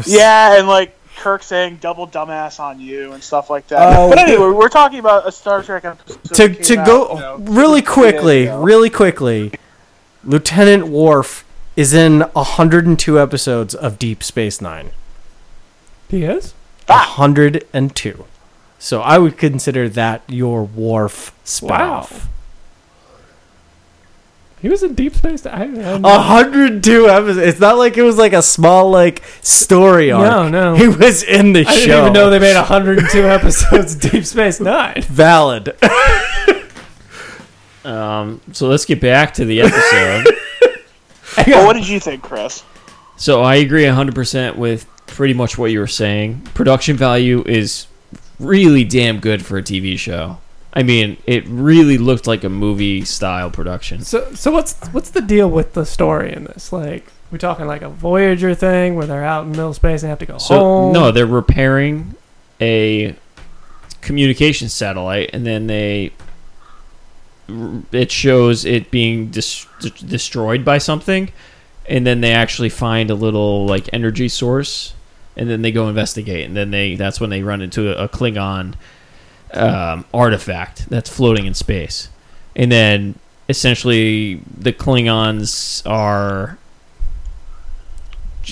yeah, and like Kirk saying "double dumbass on you" and stuff like that. Oh. but anyway, we're talking about a Star Trek episode. [LAUGHS] to that to came go out, you [LAUGHS] know, really three days quickly, ago. really quickly. Lieutenant Worf is in 102 episodes of Deep Space 9. He is. 102. So I would consider that your Worf spinoff. He was in Deep Space. I, I don't know. 102 episodes. It's not like it was like a small like story arc. No, no. He was in the I show. didn't even know they made 102 episodes of Deep Space Nine. valid. [LAUGHS] um, so let's get back to [LAUGHS] the episode. Well, what did you think, Chris? So I agree 100% with pretty much what you were saying. Production value is really damn good for a TV show. I mean, it really looked like a movie style production. So, so what's what's the deal with the story in this? Like, we talking like a Voyager thing where they're out in middle space and have to go So home? no, they're repairing a communication satellite and then they it shows it being dis- de- destroyed by something and then they actually find a little like energy source and then they go investigate and then they that's when they run into a, a Klingon um, artifact that's floating in space and then essentially the Klingons are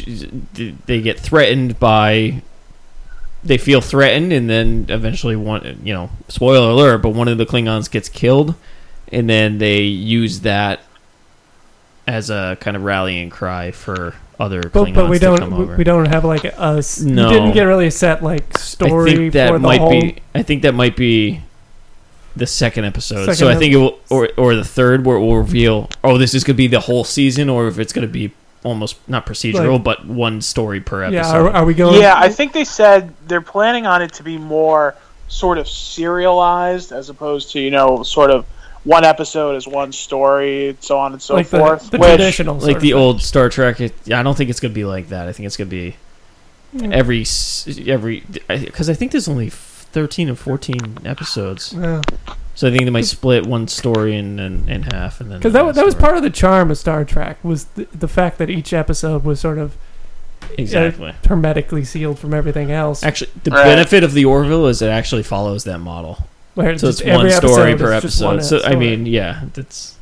they get threatened by they feel threatened and then eventually one you know spoiler alert but one of the klingons gets killed and then they use that as a kind of rallying cry for other but, klingons but we to come don't we, over we don't have like a s- No. you didn't get really a set like story i think that for the might whole. be i think that might be the second episode. Second so I think it will, or or the third, where it will reveal, oh, this is going to be the whole season, or if it's going to be almost not procedural, Like- but one story per episode. Yeah, are, are we going? Yeah, I think they said they're planning on it to be more sort of serialized as opposed to, you know, sort of one episode is one story, and so on and so like the, forth. the which, traditional, sort like of the thing. old Star Trek. It, I don't think it's gonna be like that. I think it's gonna be every s- every because I think there's only thirteen or fourteen episodes, Yeah. so I think they might split one story in in, in half and then Because that, wa- another that was story. part of the charm of Star Trek was the, the fact that each episode was sort of exactly. hermetically sealed from everything else. Actually, the Right. benefit of the Orville is it actually follows that model, where so it's just every one story per is just episode. one So I episode. mean, yeah, that's.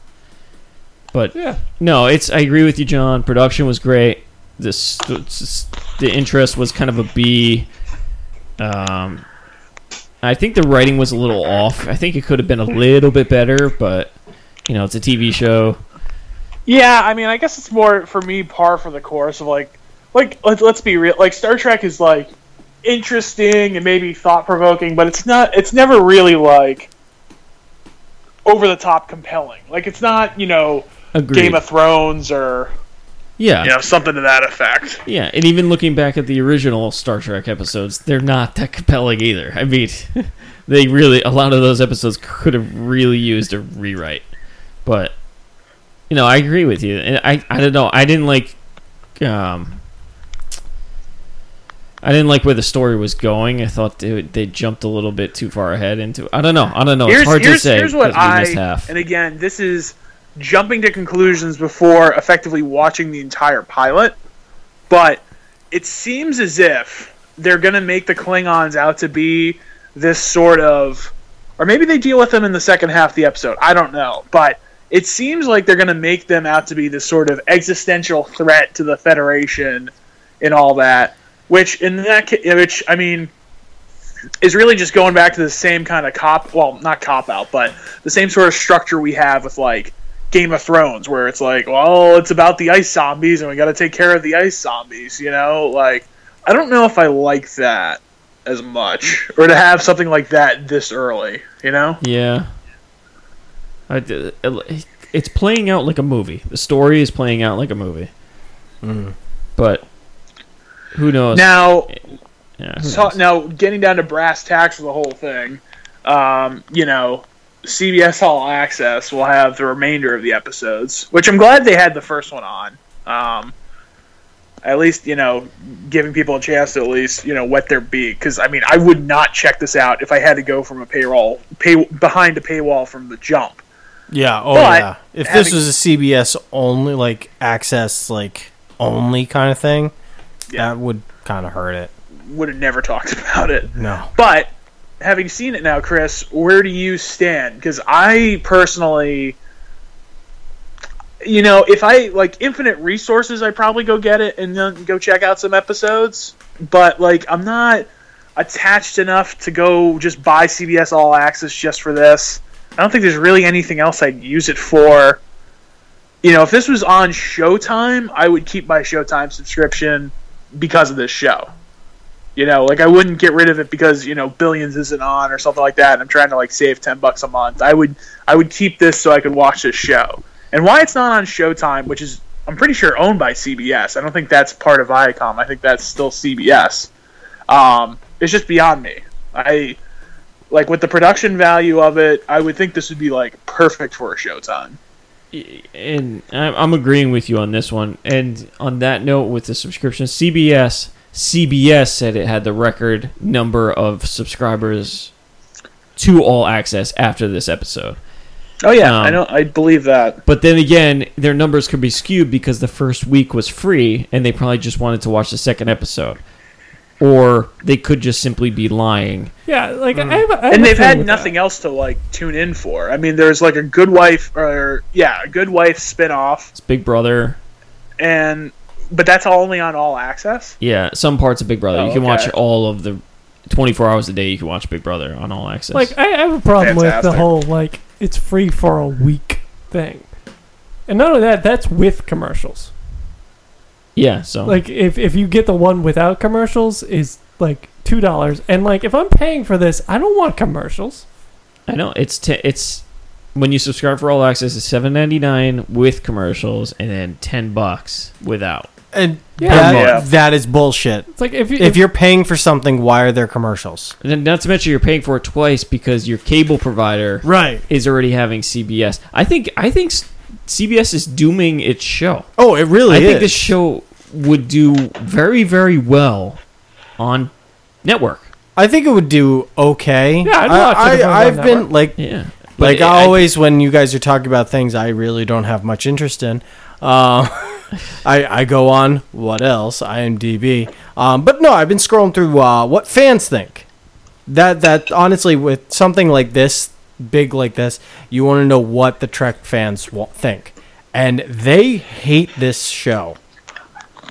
But yeah, No, it's. I agree with you, John. Production was great. This the interest was kind of a B. Um, I think the writing was a little off. I think it could have been a little bit better, but you know, it's a TV show. Yeah, I mean, I guess it's more for me par for the course of like, like let's let's be real. Like Star Trek is like interesting and maybe thought provoking, but it's not. It's never really like over the top compelling. Like it's not you know Agreed. Game of Thrones or yeah, you know something to that effect. yeah, and even looking back at the original Star Trek episodes, they're not that compelling either. I mean, [LAUGHS] they really a lot of those episodes could have really used a rewrite, but you know, I agree with you, and I I don't know, I didn't like, um, I didn't like where the story was going. I thought they, they jumped a little bit too far ahead into. I don't know, I don't know. it's hard to say. Here's what 'cause we I missed half. and again, this is jumping to conclusions before effectively watching the entire pilot. But it seems as if they're going to make the Klingons out to be this sort of, or maybe they deal with them in the second half of the episode. I don't know, but it seems like they're going to make them out to be this sort of existential threat to the Federation and all that. Which in that, ca- which I mean, is really just going back to the same kind of cop well not cop out but the same sort of structure we have with like game of thrones where it's like well it's about the ice zombies and we got to take care of the ice zombies you know like i don't know if i like that as much or to have something like that this early you know Yeah. I d- it's playing out like a movie. The story is playing out like a movie. But who knows? now Yeah, who So, knows? now, getting down to brass tacks of the whole thing, um, you know, CBS All Access will have the remainder of the episodes, which I'm glad they had the first one on. Um, at least, you know, giving people a chance to at least, you know, wet their beak. Because, I mean, I would not check this out if I had to go from a payroll, pay, behind a paywall from the jump. Yeah. Oh But yeah. If this having- was a CBS only, like access, like only kind of thing, Yeah. that would kind of hurt it. Would have never talked [LAUGHS] about it. No. But having seen it now, Chris, where do you stand? Because I personally, you know, if I like infinite resources, I probably go get it and then go check out some episodes. But like, I'm not attached enough to go just buy CBS All Access just for this. I don't think there's really anything else I'd use it for. You know, if this was on Showtime, I would keep my Showtime subscription because of this show. You know, like I wouldn't get rid of it because you know Billions isn't on or something like that. And I'm trying to like save ten bucks a month. I would I would keep this so I could watch this show. And why it's not on Showtime, which is I'm pretty sure owned by CBS. I don't think that's part of Viacom. I think that's still CBS. Um, it's just beyond me. I like with the production value of it. I would think this would be like perfect for a Showtime. and I'm I'm agreeing with you on this one. And on that note, with the subscription, CBS CBS said it had the record number of subscribers to All Access after this episode. Oh yeah, Um, I know. I believe that. But then again, their numbers could be skewed because the first week was free and they probably just wanted to watch the second episode. Or they could just simply be lying. yeah. Like Hmm. I have, a, I have and they've had nothing else to like tune in for. I mean, there's like a Good Wife or yeah, a Good Wife spinoff, It's Big Brother. and but that's only on All Access. Yeah, some parts of Big Brother. Oh, you can watch okay. all of the 24 hours a day you can watch Big Brother on All Access. Like I have a problem with Fantastic. the whole like it's free for a week thing, and none of that. That's with commercials. yeah, so Like if if you get the one without commercials is like two dollars, and like if I'm paying for this, I don't want commercials. I know it's t- it's when you subscribe for all access, it's seven ninety nine with commercials, and then ten bucks without. And Yeah. that, Yeah. that is bullshit. It's like if you If you're paying for something, why are there commercials? And then not to mention you're paying for it twice because your cable provider Right. is already having CBS. I think I think s- CBS is dooming its show. Oh, it really I is. think this show would do very very well on network. I think it would do okay. Yeah, I'd watch it I, if I was on I, have been network. like, Yeah, like But I- I always when you guys are talking about things I really don't have much interest in. Uh, [LAUGHS] I I go on what else IMDb, um, but no, I've been scrolling through uh, what fans think. That that honestly, with something like this, big like this, you want to know what the Trek fans wa- think, and they hate this show.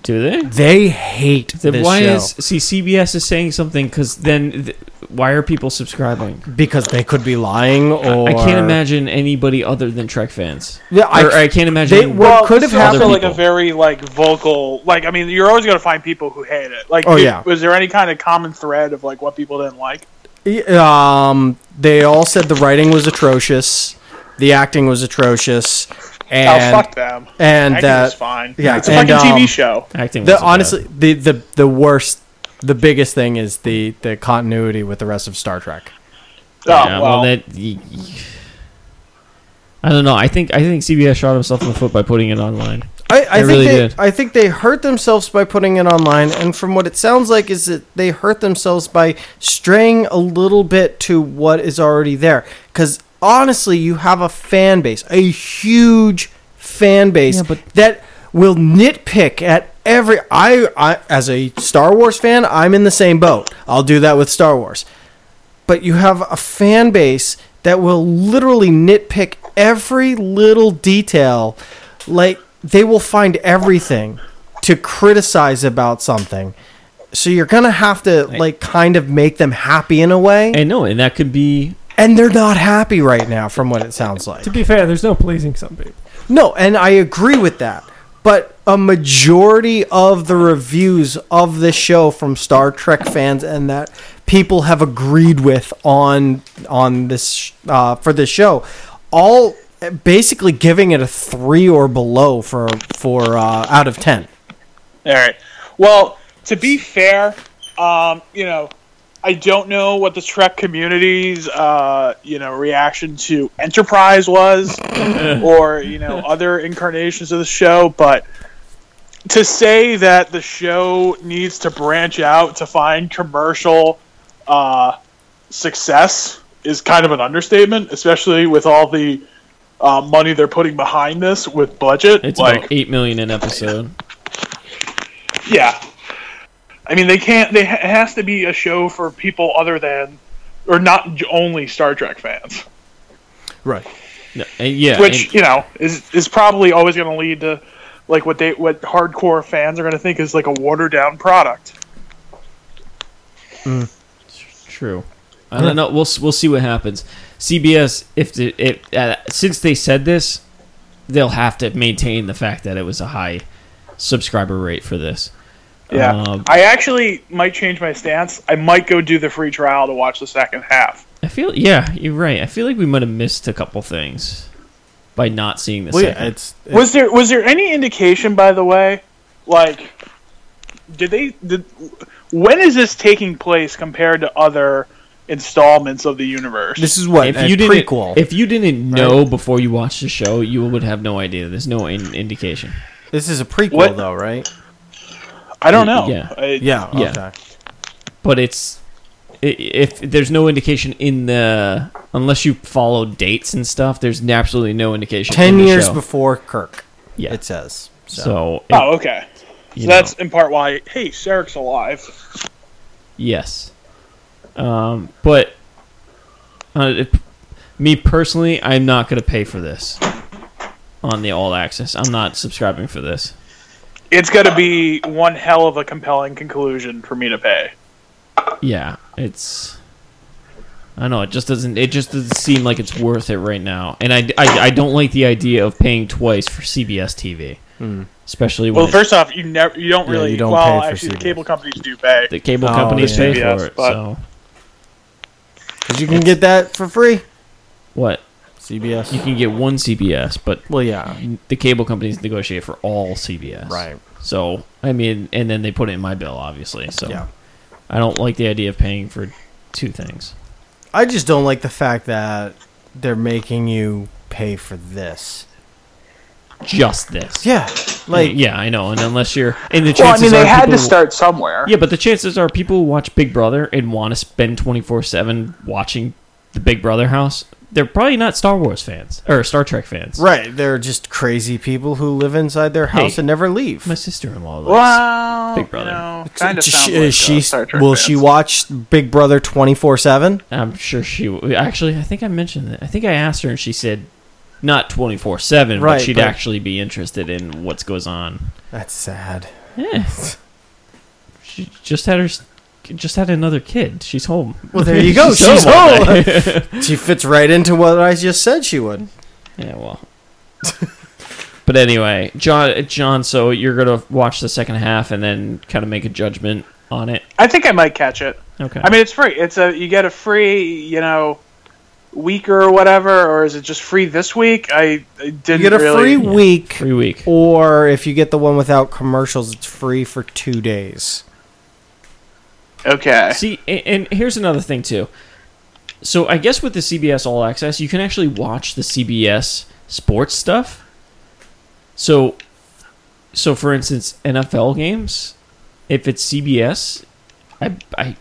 do they? They hate Then this why show is see CBS is saying something because then th- why are people subscribing? because they could be lying or I can't imagine anybody other than Trek fans. Yeah, I, I- or, I can't imagine. they- well, What could this have is also happened- like a very like vocal like I mean you're always gonna find people who hate it. Like Oh, did- yeah. was there any kind of common thread of like what people didn't like? Um, they all said the writing was atrocious, the acting was atrocious, and oh fuck them. and Acting that was fine. yeah, it's a and, fucking um, TV show. acting. the wasn't bad. honestly the, the the worst the biggest thing is the the continuity with the rest of Star Trek. Oh Yeah, well, well, that. y- y- I don't know. I think I think CBS shot himself in the foot by putting it online. I, I They think really they, did. I think they hurt themselves by putting it online, and from what it sounds like, is that they hurt themselves by straying a little bit to what is already there. Because honestly, you have a fan base, a huge fan base Yeah, but- that will nitpick at every. I, I as a Star Wars fan, I'm in the same boat. I'll do that with Star Wars but you have a fan base that will literally nitpick every little detail. Like they will find everything to criticize about something. So you're gonna have to like kind of make them happy in a way, and, And no, and that could be. they're not happy right now, from what it sounds like. to be fair, there's no pleasing some people. No, and I agree with that. But a majority of the reviews of this show from Star Trek fans and that people have agreed with on on this uh, for this show, all basically giving it a three or below for for uh, out of ten. all right. Well, to be fair, um, you know, I don't know what the Trek community's uh, you know reaction to Enterprise was, or you know other incarnations of the show, but to say that the show needs to branch out to find commercial uh, success is kind of an understatement, especially with all the uh, money they're putting behind this with budget. It's like, about eight million an episode. yeah. I mean, they can't. They it has to be a show for people other than, or not j- only Star Trek fans, Right. No, and yeah, which and- you know is is probably always going to lead to like what they what hardcore fans are going to think is like a watered down product. True. I don't know. We'll s- we'll see what happens. CBS, if the, if uh, since they said this, they'll have to maintain the fact that it was a high subscriber rate for this. Yeah, Um, I actually might change my stance. I might go do the free trial to watch the second half. I feel yeah, you're right. I feel like we might have missed a couple things by not seeing this. Well, yeah, it's, it's Was there was there any indication, by the way, like did they did when is this taking place compared to other installments of the universe? this is what if a you didn't prequel. if you didn't know before you watched the show, you would have no idea. There's no in- indication. this is a prequel What- though, right? I don't know. Yeah. I, Yeah. Yeah. Okay. but it's i- if there's no indication in the unless you follow dates and stuff there's absolutely no indication in Ten the years show. before Kirk. Yeah. It says so. so it- Oh, okay. you So know, that's in part why. Hey, Sarek's alive. yes um but uh, it, me personally i'm not going to pay for this on the all access i'm not subscribing for this It's gonna be one hell of a compelling conclusion for me to pay. yeah it's I don't know it just doesn't it just doesn't seem like it's worth it right now, and I, I, I don't like the idea of paying twice for CBS TV, Hmm. especially when Well, it- first off, you never, you don't Yeah, really. you don't well, pay for actually, the CBS. cable companies do pay. the cable Oh, yeah. companies pay CBS, for it. but- So Because you can get that for free. What? CBS. You can get one CBS, but well, yeah. the cable companies negotiate for all CBS. Right. So, I mean, and then they put it in my bill, obviously. So, Yeah. I don't like the idea of paying for two things. I just don't like the fact that they're making you pay for this. Just this. Yeah. Like, yeah, I know. And unless you're in the chances Well, I mean, are they had people- to start somewhere. Yeah, but the chances are people who watch Big Brother and want to spend 24/7 watching the Big Brother house, they're probably not Star Wars fans or Star Trek fans. right. They're just crazy people who live inside their Hey. house and never leave. My sister-in-law lives. Well, Big Brother. You know, kind of Does sounds she, like is she- uh, Star Trek will fans. she watch Big Brother 24 7? I'm sure she w- actually. I think I mentioned that. I think I asked her, and she said not 24 seven, but Right, she'd but- actually be interested in what goes on. That's sad. Yeah. [LAUGHS] she just had her. s- Just had another kid. She's home. Well, there you [LAUGHS] go. She's all home. [LAUGHS] day. She fits right into what I just said she would. yeah. Well. [LAUGHS] but anyway, John. uh, John. So you're gonna watch the second half and then kind of make a judgment on it. I think I might catch it. Okay. I mean, it's free. It's a you get a free, you know, week or whatever, or is it just free this week? I, I didn't You get a really. free week, Free week. or if you get the one without commercials, it's free for two days. Okay. See, a- and here's another thing too. So I guess with the CBS All Access, you can actually watch the CBS sports stuff. So, so for instance, NFL games, if it's CBS, I, I,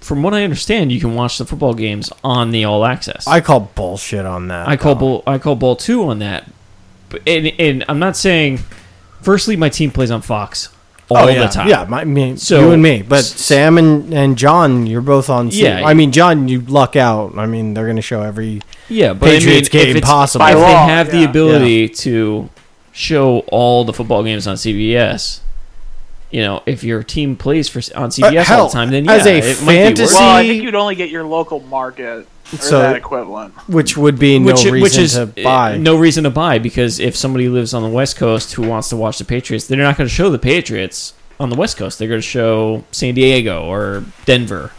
from what I understand, you can watch the football games on the All Access. I Oh. call bullshit on that. I call ball. I call ball two on that. But- And and I'm not saying. Firstly, my team plays on Fox all oh, yeah. the time. Yeah, my, me, So- you and me. But Sam and, and John, you're both on. C- Yeah. I mean, John, you luck out. I mean, they're going to show every Yeah, but I mean, Patriots if game it's- possible. If By they law, have the yeah. ability to show all the football games on CBS, you know, if your team plays for on CBS all Uh, hell, the time, then yeah, as a it might be worth fantasy- it. Well, I See- think you'd only get your local market or So- that equivalent. which would be no Which, reason which is to uh, buy. no reason to buy because if somebody lives on the West Coast who wants to watch the Patriots, they're not going to show the Patriots on the West Coast. They're going to show San Diego or Denver.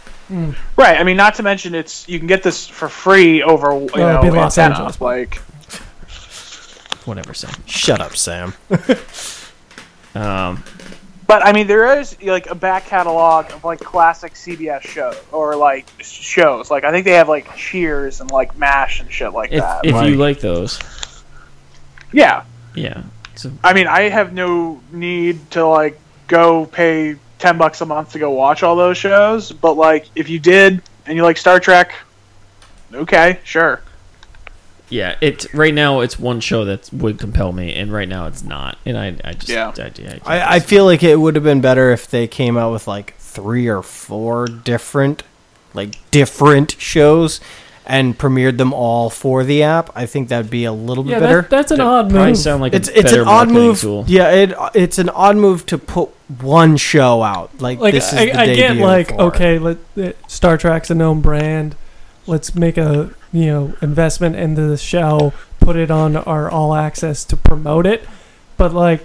Right. I mean, not to mention it's you can get this for free over you Well, it'd know be Los antenna, Angeles. Like Whatever. So, Shut up, Sam. um, But I mean, there is like a back catalog of like classic CBS shows or like shows. Like I think they have like Cheers and like Mash and shit like if, that. if you like those, yeah, yeah. So I mean, I have no need to like go pay ten bucks a month to go watch all those shows. But like, if you did and you like Star Trek, okay, sure. Yeah, it right now it's one show that would compel me, and right now it's not, and I, I just Yeah. I, I, can't I, I feel like it would have been better if they came out with like three or four different, like different shows, and premiered them all for the app. I think that'd be a little bit Yeah, better. that, that's an That odd probably move. sound like it's a it's better an odd marketing move. tool. Yeah, it it's an odd move to put one show out. Like, like this is I, the I get debut like for it. okay let uh, star trek's a known brand let's make a you know investment into the show put it on our all access to promote it but like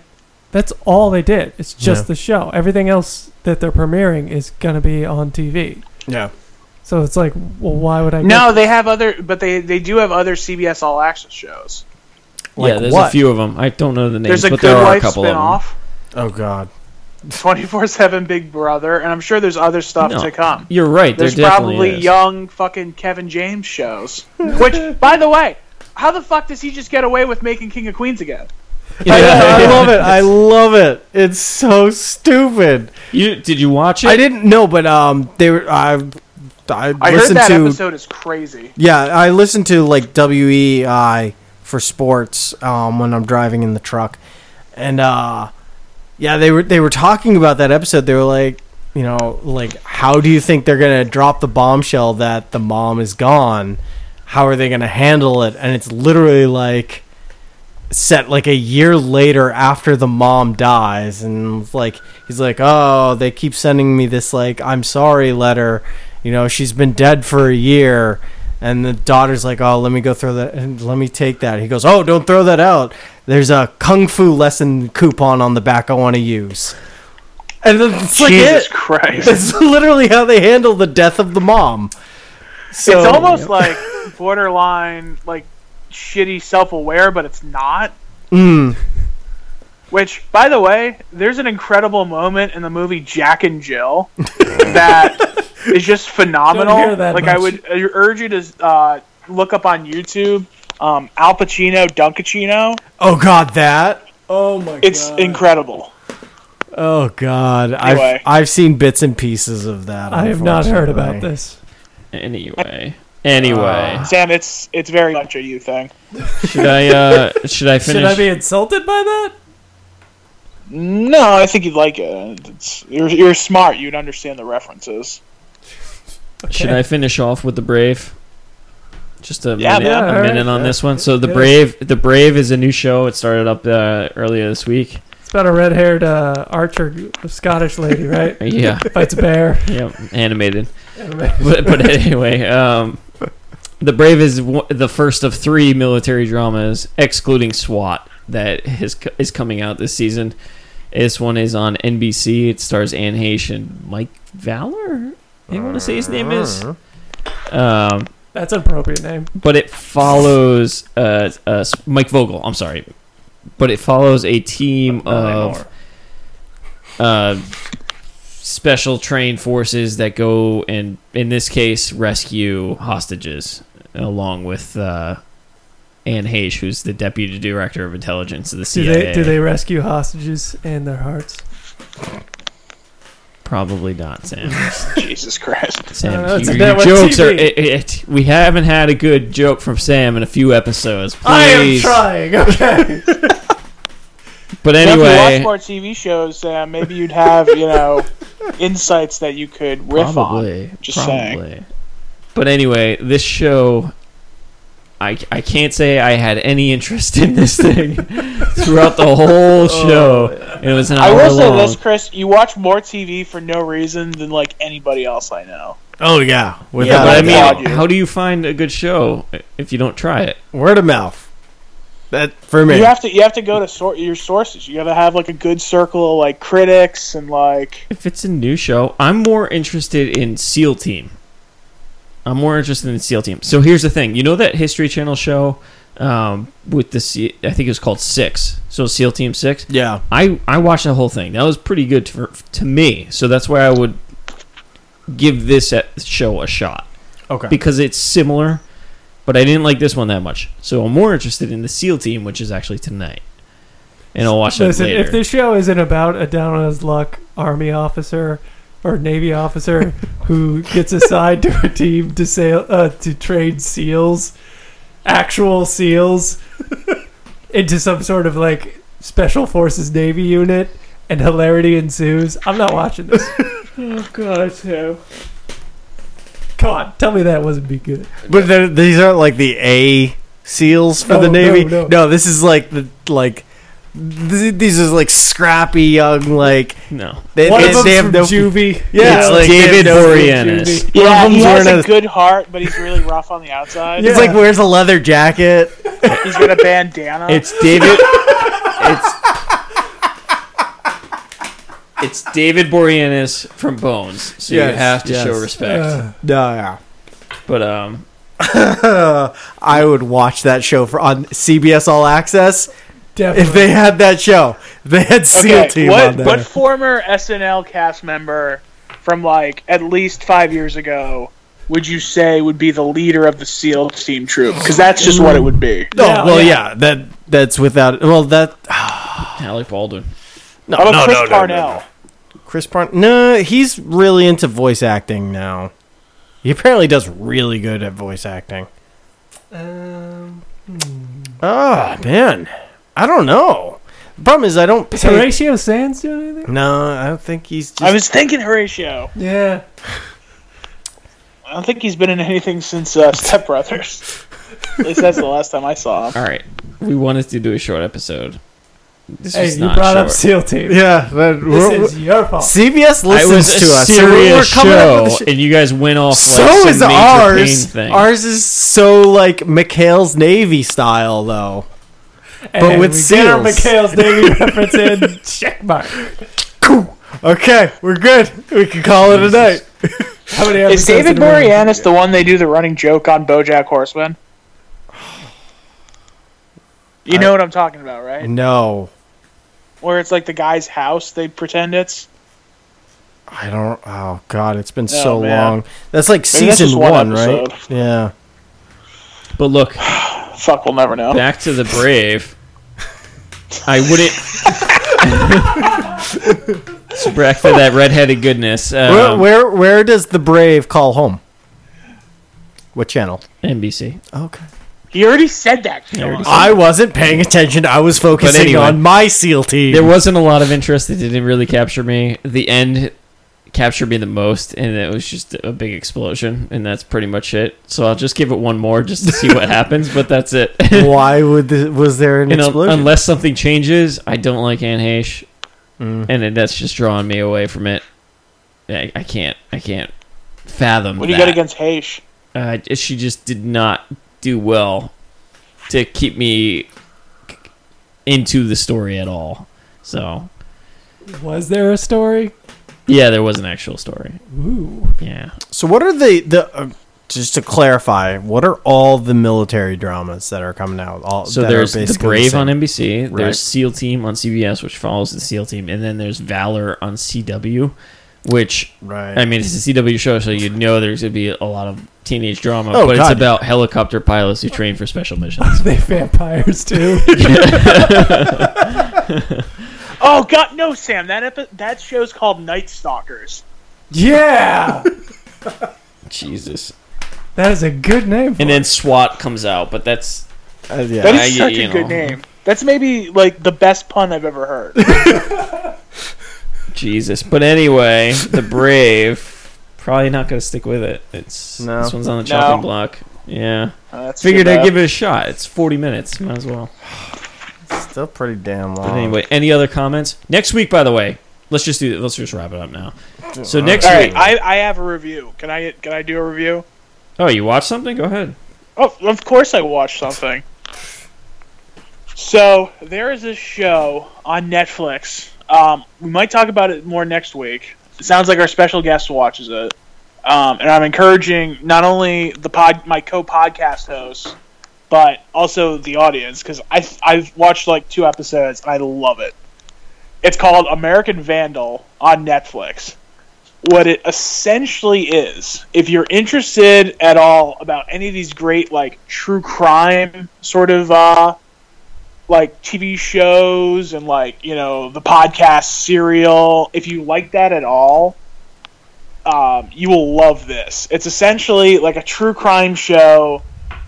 that's all they did it's just Yeah. the show everything else that they're premiering is gonna be on tv yeah. so it's like well why would i get No, they have other, but they they do have other CBS All Access shows. yeah, Like there's a what? few of them. I don't know the names, There's a but Good there are a Wife couple of them. spinoff. Oh god. 24 7 Big Brother, and I'm sure there's other stuff No. to come. You're right. There's there definitely probably is. young fucking Kevin James shows. [LAUGHS] Which, by the way, how the fuck does he just get away with making King of Queens again? [LAUGHS] I, [LAUGHS] I love it. I love it. It's so stupid. You did you watch it? I didn't know, but um, they were. I I, I listened heard that to episode is crazy. Yeah, I listen to like WEI for sports um, when I'm driving in the truck, and uh, yeah, they were they were talking about that episode. They were like, you know, like how do you think they're gonna drop the bombshell that the mom is gone? How are they gonna handle it? And it's literally like set like a year later after the mom dies and like he's like oh they keep sending me this like i'm sorry letter you know she's been dead for a year and the daughter's like oh let me go throw that and let me take that he goes oh don't throw that out there's a kung fu lesson coupon on the back i want to use and then it's like Jesus it [LAUGHS] Christ. [LAUGHS] it's literally how they handle the death of the mom So, it's almost like borderline like shitty self-aware, but it's not. Mm. Which, by the way, there's an incredible moment in the movie Jack and Jill that is just phenomenal. Don't hear that like I much. would I urge you to uh, look up on YouTube um, Al Pacino Dunkachino. Oh god, that. Oh my It's incredible. Oh god. Anyway. I've I've seen bits and pieces of that. I have not heard about unfortunately. this. anyway. Anyway, Ah. Sam, it's it's very much a you thing. [LAUGHS] should I uh [LAUGHS] should I finish? Should I be insulted by that? No, I think you'd like it. It's, you're you're smart. You'd understand the references. Should I finish off with the Brave? Just a Yeah, minute, yeah, a all minute right. on this one. So the Yes. Brave, the Brave is a new show. It started up uh, earlier this week. It's about a red-haired uh, archer, [LAUGHS] Scottish lady, right? Yeah, Fights a bear. yeah, animated. but, but anyway, um, the Brave is w- the first of three military dramas, excluding SWAT, that is co- is coming out this season. This one is on NBC. It stars Anne Heche and Mike Valor. I want to say his name is. Um, That's an appropriate name. but it follows uh, uh, Mike Vogel. I'm sorry, but it follows a team of uh, special trained forces that go and, in this case, rescue hostages, along with uh, Anne Heche, who's the deputy director of intelligence of the Do CIA. they do they rescue hostages and their hearts? Probably not, Sam. Jesus Christ. Sam, I don't know, [LAUGHS] it's your, a your network jokes are. TV. It, it, we haven't had a good joke from Sam in a few episodes. Please. I am trying. Okay. But Well, if anyway. you watch more TV shows, uh, maybe you'd have you know insights that you could riff on. probably, Just probably. But anyway, this show, I I can't say I had any interest in this [LAUGHS] thing throughout the whole show. and it was an hour Oh, I will say long. this, Chris: you watch more TV for no reason than like anybody else I know. Oh yeah. yeah, Without but I a mean, doubt. applaud you. how do you find a good show if you don't try it? word of mouth. That for me. You have to you have to go to sor- your sources. You got to have like a good circle of like critics and like If it's a new show, I'm more interested in SEAL Team. I'm more interested in SEAL Team. So here's the thing: you know that History Channel show um, with the C- I think it was called Six. So SEAL Team Six. yeah. I I watched the whole thing. That was pretty good for, to me. So that's why I would give this a- show a shot Okay. because it's similar, but I didn't like this one that much. So I'm more interested in the SEAL team, which is actually tonight, and I'll watch that Listen, later. if this show isn't about a down on his luck army officer or navy officer who gets assigned to a team to sail uh, to trade seals, actual seals, into some sort of like special forces navy unit, and hilarity ensues, I'm not watching this. [LAUGHS] oh God, so. Come on, tell me that wasn't be good. But they're- these aren't like the A seals for the No, Navy. no, No, no. this is like the like th- these are like scrappy young like no, they, One they, of them's they have from no juvie. Yeah, It's it's like David they have no- Boreanaz. One of yeah, he them's has wearing a a- good heart, but he's really rough on the outside. It's like wears a leather jacket. [LAUGHS] He's got a bandana. It's David. it's it's David Boreanaz from Bones. So you Yes, have to yes. Uh. show respect. Uh, No, yeah. but um, I would watch that show for on CBS All Access Definitely. if they had that show. If they had SEAL Okay, Team what on there. what former SNL cast member from like at least five years ago would you say would be the leader of the SEAL team troop? Because that's just what it would be. no, Yeah, oh, well, yeah. yeah. that that's without. Well, that Alec Baldwin. no, How about no, Chris no, no, Parnell? no, no. Chris Parn. No, he's really into voice acting now. He apparently does really good at voice acting. um, Oh, man. I don't know. The problem is I don't is pay- Horatio Sands doing anything? No, I don't think he's just I was thinking Horatio. Yeah. I don't think he's been in anything since uh, Step Brothers. At least that's the last time I saw him. All right, we wanted to do a short episode. This Hey, was you not brought up short. SEAL Team. Yeah, that, This we're- is your fault. CBS It listens was a to us. so serious we're coming show, up with a sh- and you guys went off. so like, some is major ours. pain thing. Ours is so like McHale's Navy style though. And with we get SEALs. our Mikhail's Navy reference in checkmark. Okay, we're good. We can call it a night. How many Is episodes David in a row? Boreanaz the one they do the running joke on BoJack Horseman? You know what I'm talking about, right? No, Where it's like the guy's house they pretend it's. I don't. Oh God, it's been so man. long. That's like Maybe that's season just one one, right? episode. Yeah. But look, Fuck, we'll never know. back to the brave. [LAUGHS] I wouldn't. so back to that redheaded goodness. Where, Um, where where does the brave call home? What channel? NBC. Okay. He already said that. Uh, Sean. I wasn't paying attention. I was focusing anyway. on my SEAL team. [LAUGHS] There wasn't a lot of interest. It didn't really capture me. The end captured me the most, and it was just a big explosion, and that's pretty much it. So I'll just give it one more just to see [LAUGHS] what happens, but that's it. [LAUGHS] Why would the, was there an You know, explosion? unless something changes, I don't like Anne Heche, and then that's just drawing me away from it. I, I can't. I can't fathom. what do you that. got against Haish? Uh, she just did not do well to keep me into the story at all. So Was there a story? yeah, there was an actual story. Ooh. [LAUGHS] Yeah. so what are the the uh, just to clarify? What are all the military dramas that are coming out? All So that are there's the basically Brave same? on NBC. Right. There's SEAL Team on CBS, which follows the SEAL Team, and then there's Valor on CW, which Right. I mean it's a CW show, so you know there's gonna be a lot of teenage drama. Oh, but God. it's about helicopter pilots who train for special [LAUGHS] missions. They vampires too. Oh God, no, Sam. That epi- that show's called Night Stalkers. yeah. Jesus. That is a good name. For And then SWAT comes out, but that's Uh, yeah. That Yeah, you- is such you a good know. name. That's maybe like the best pun I've ever heard. Jesus. But anyway, the Brave probably not going to stick with it. It's No. this one's on the chopping No. block. Yeah, Uh, that's too figured I'd bad. give it a shot. It's forty minutes, might as well. Still pretty damn long. But anyway, any other comments next week? By the way, let's just do. Let's just wrap it up now. So next All right, week, I, I have a review. Can I can I do a review? oh, you watched something? Go ahead. Oh, of course I watched something. So there is a show on Netflix. Um, we might talk about it more next week. It sounds like our special guest watches it, um, and I'm encouraging not only the pod, my co-podcast hosts, but also the audience because I I've watched like two episodes and I love it. It's called American Vandal on Netflix what it essentially is. If you're interested at all about any of these great like true crime sort of uh like TV shows and like, you know, the podcast serial, if you like that at all, um, you will love this. It's essentially like a true crime show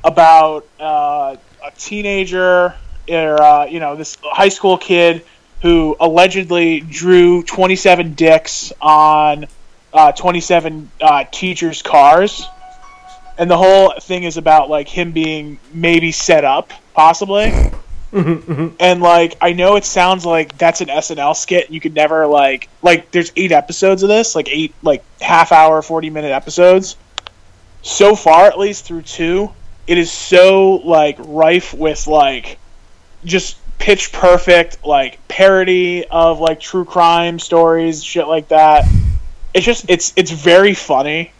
about uh, a teenager or uh, you know this high school kid who allegedly drew 27 dicks on uh, 27 uh, teachers' cars, and the whole thing is about like him being maybe set up, possibly. and like I know it sounds like that's an SNL skit. and You could never like like there's eight episodes of this, like eight like half hour, forty minute episodes. So far, at least through two, it is so like rife with like just pitch perfect like parody of like true crime stories, shit like that it's just it's it's very funny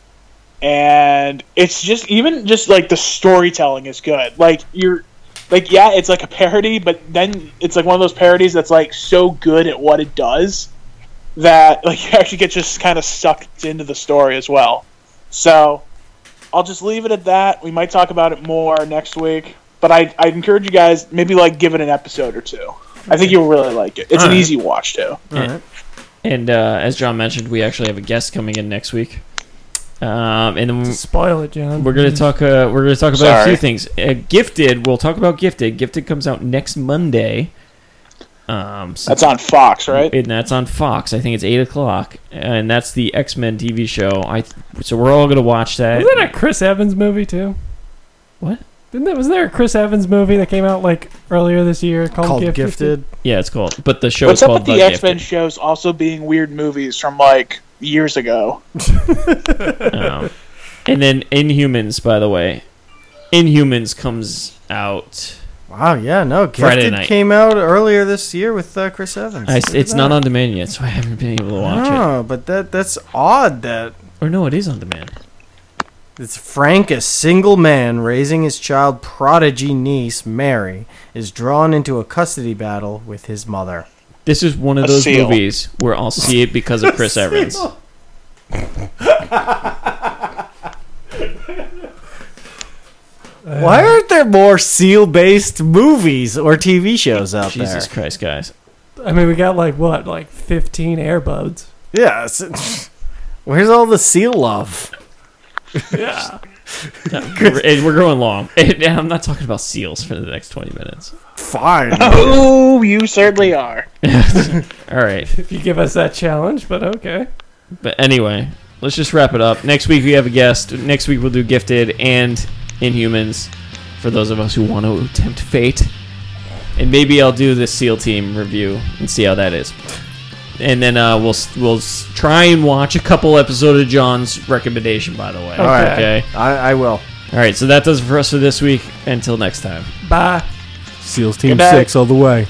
and it's just even just like the storytelling is good like you're like yeah it's like a parody but then it's like one of those parodies that's like so good at what it does that like [LAUGHS] you actually get just kind of sucked into the story as well so i'll just leave it at that we might talk about it more next week but i i encourage you guys maybe like give it an episode or two i think you'll really like it it's an Alright. easy watch too And uh, as John mentioned, we actually have a guest coming in next week. Um, and then we- Spoil it, John. We're gonna talk. Uh, we're gonna talk about a Sorry. few things. Uh, Gifted. We'll talk about Gifted. Gifted comes out next Monday. Um, so- that's on fox right and that's on Fox. I think it's eight o'clock, and that's the X Men TV show. I th- so we're all gonna watch that. Isn't that a Chris Evans movie too? What? Didn't that, was there a Chris Evans movie that came out like earlier this year called, Called Gifted? gifted. Yeah, it's called. But the show What's is up called with the X Men shows also being weird movies from like years ago? Gifted. Um, and then Inhumans, by the way, Inhumans comes out. Wow. Yeah. No. Gifted Friday night. came out earlier this year with uh, Chris Evans. Oh, I, it's not on demand yet, so I haven't been able to watch it. No, but that that's odd that Or no, it is on demand. It's Frank, a single man raising his child prodigy niece, Mary, is drawn into a custody battle with his mother. This is one of A those seal. movies where I'll see it because [LAUGHS] of Chris Evans. Why aren't there more seal based movies or TV shows out Jesus Christ, guys. I mean, we got like what, like 15 Airbuds. there? Yes. [LAUGHS] Where's all the seal love? Yeah. We're, eh, we're going long. [LAUGHS] And I'm not talking about seals for the next 20 minutes. [LAUGHS] Fine. Oh, you certainly are. All right. If you give us that challenge, but okay. But anyway, let's just wrap it up. Next week we have a guest. Next week we'll do Gifted and Inhumans for those of us who want to tempt fate. And maybe I'll do the SEAL team review and see how that is. And then uh, we'll we'll s- try and watch a couple episodes of John's recommendation. By the way, all right. okay, I, I will. all right. So that does it for us for this week. Until next time. Bye. Seals Team Good night. 6 all the way.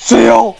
Seal.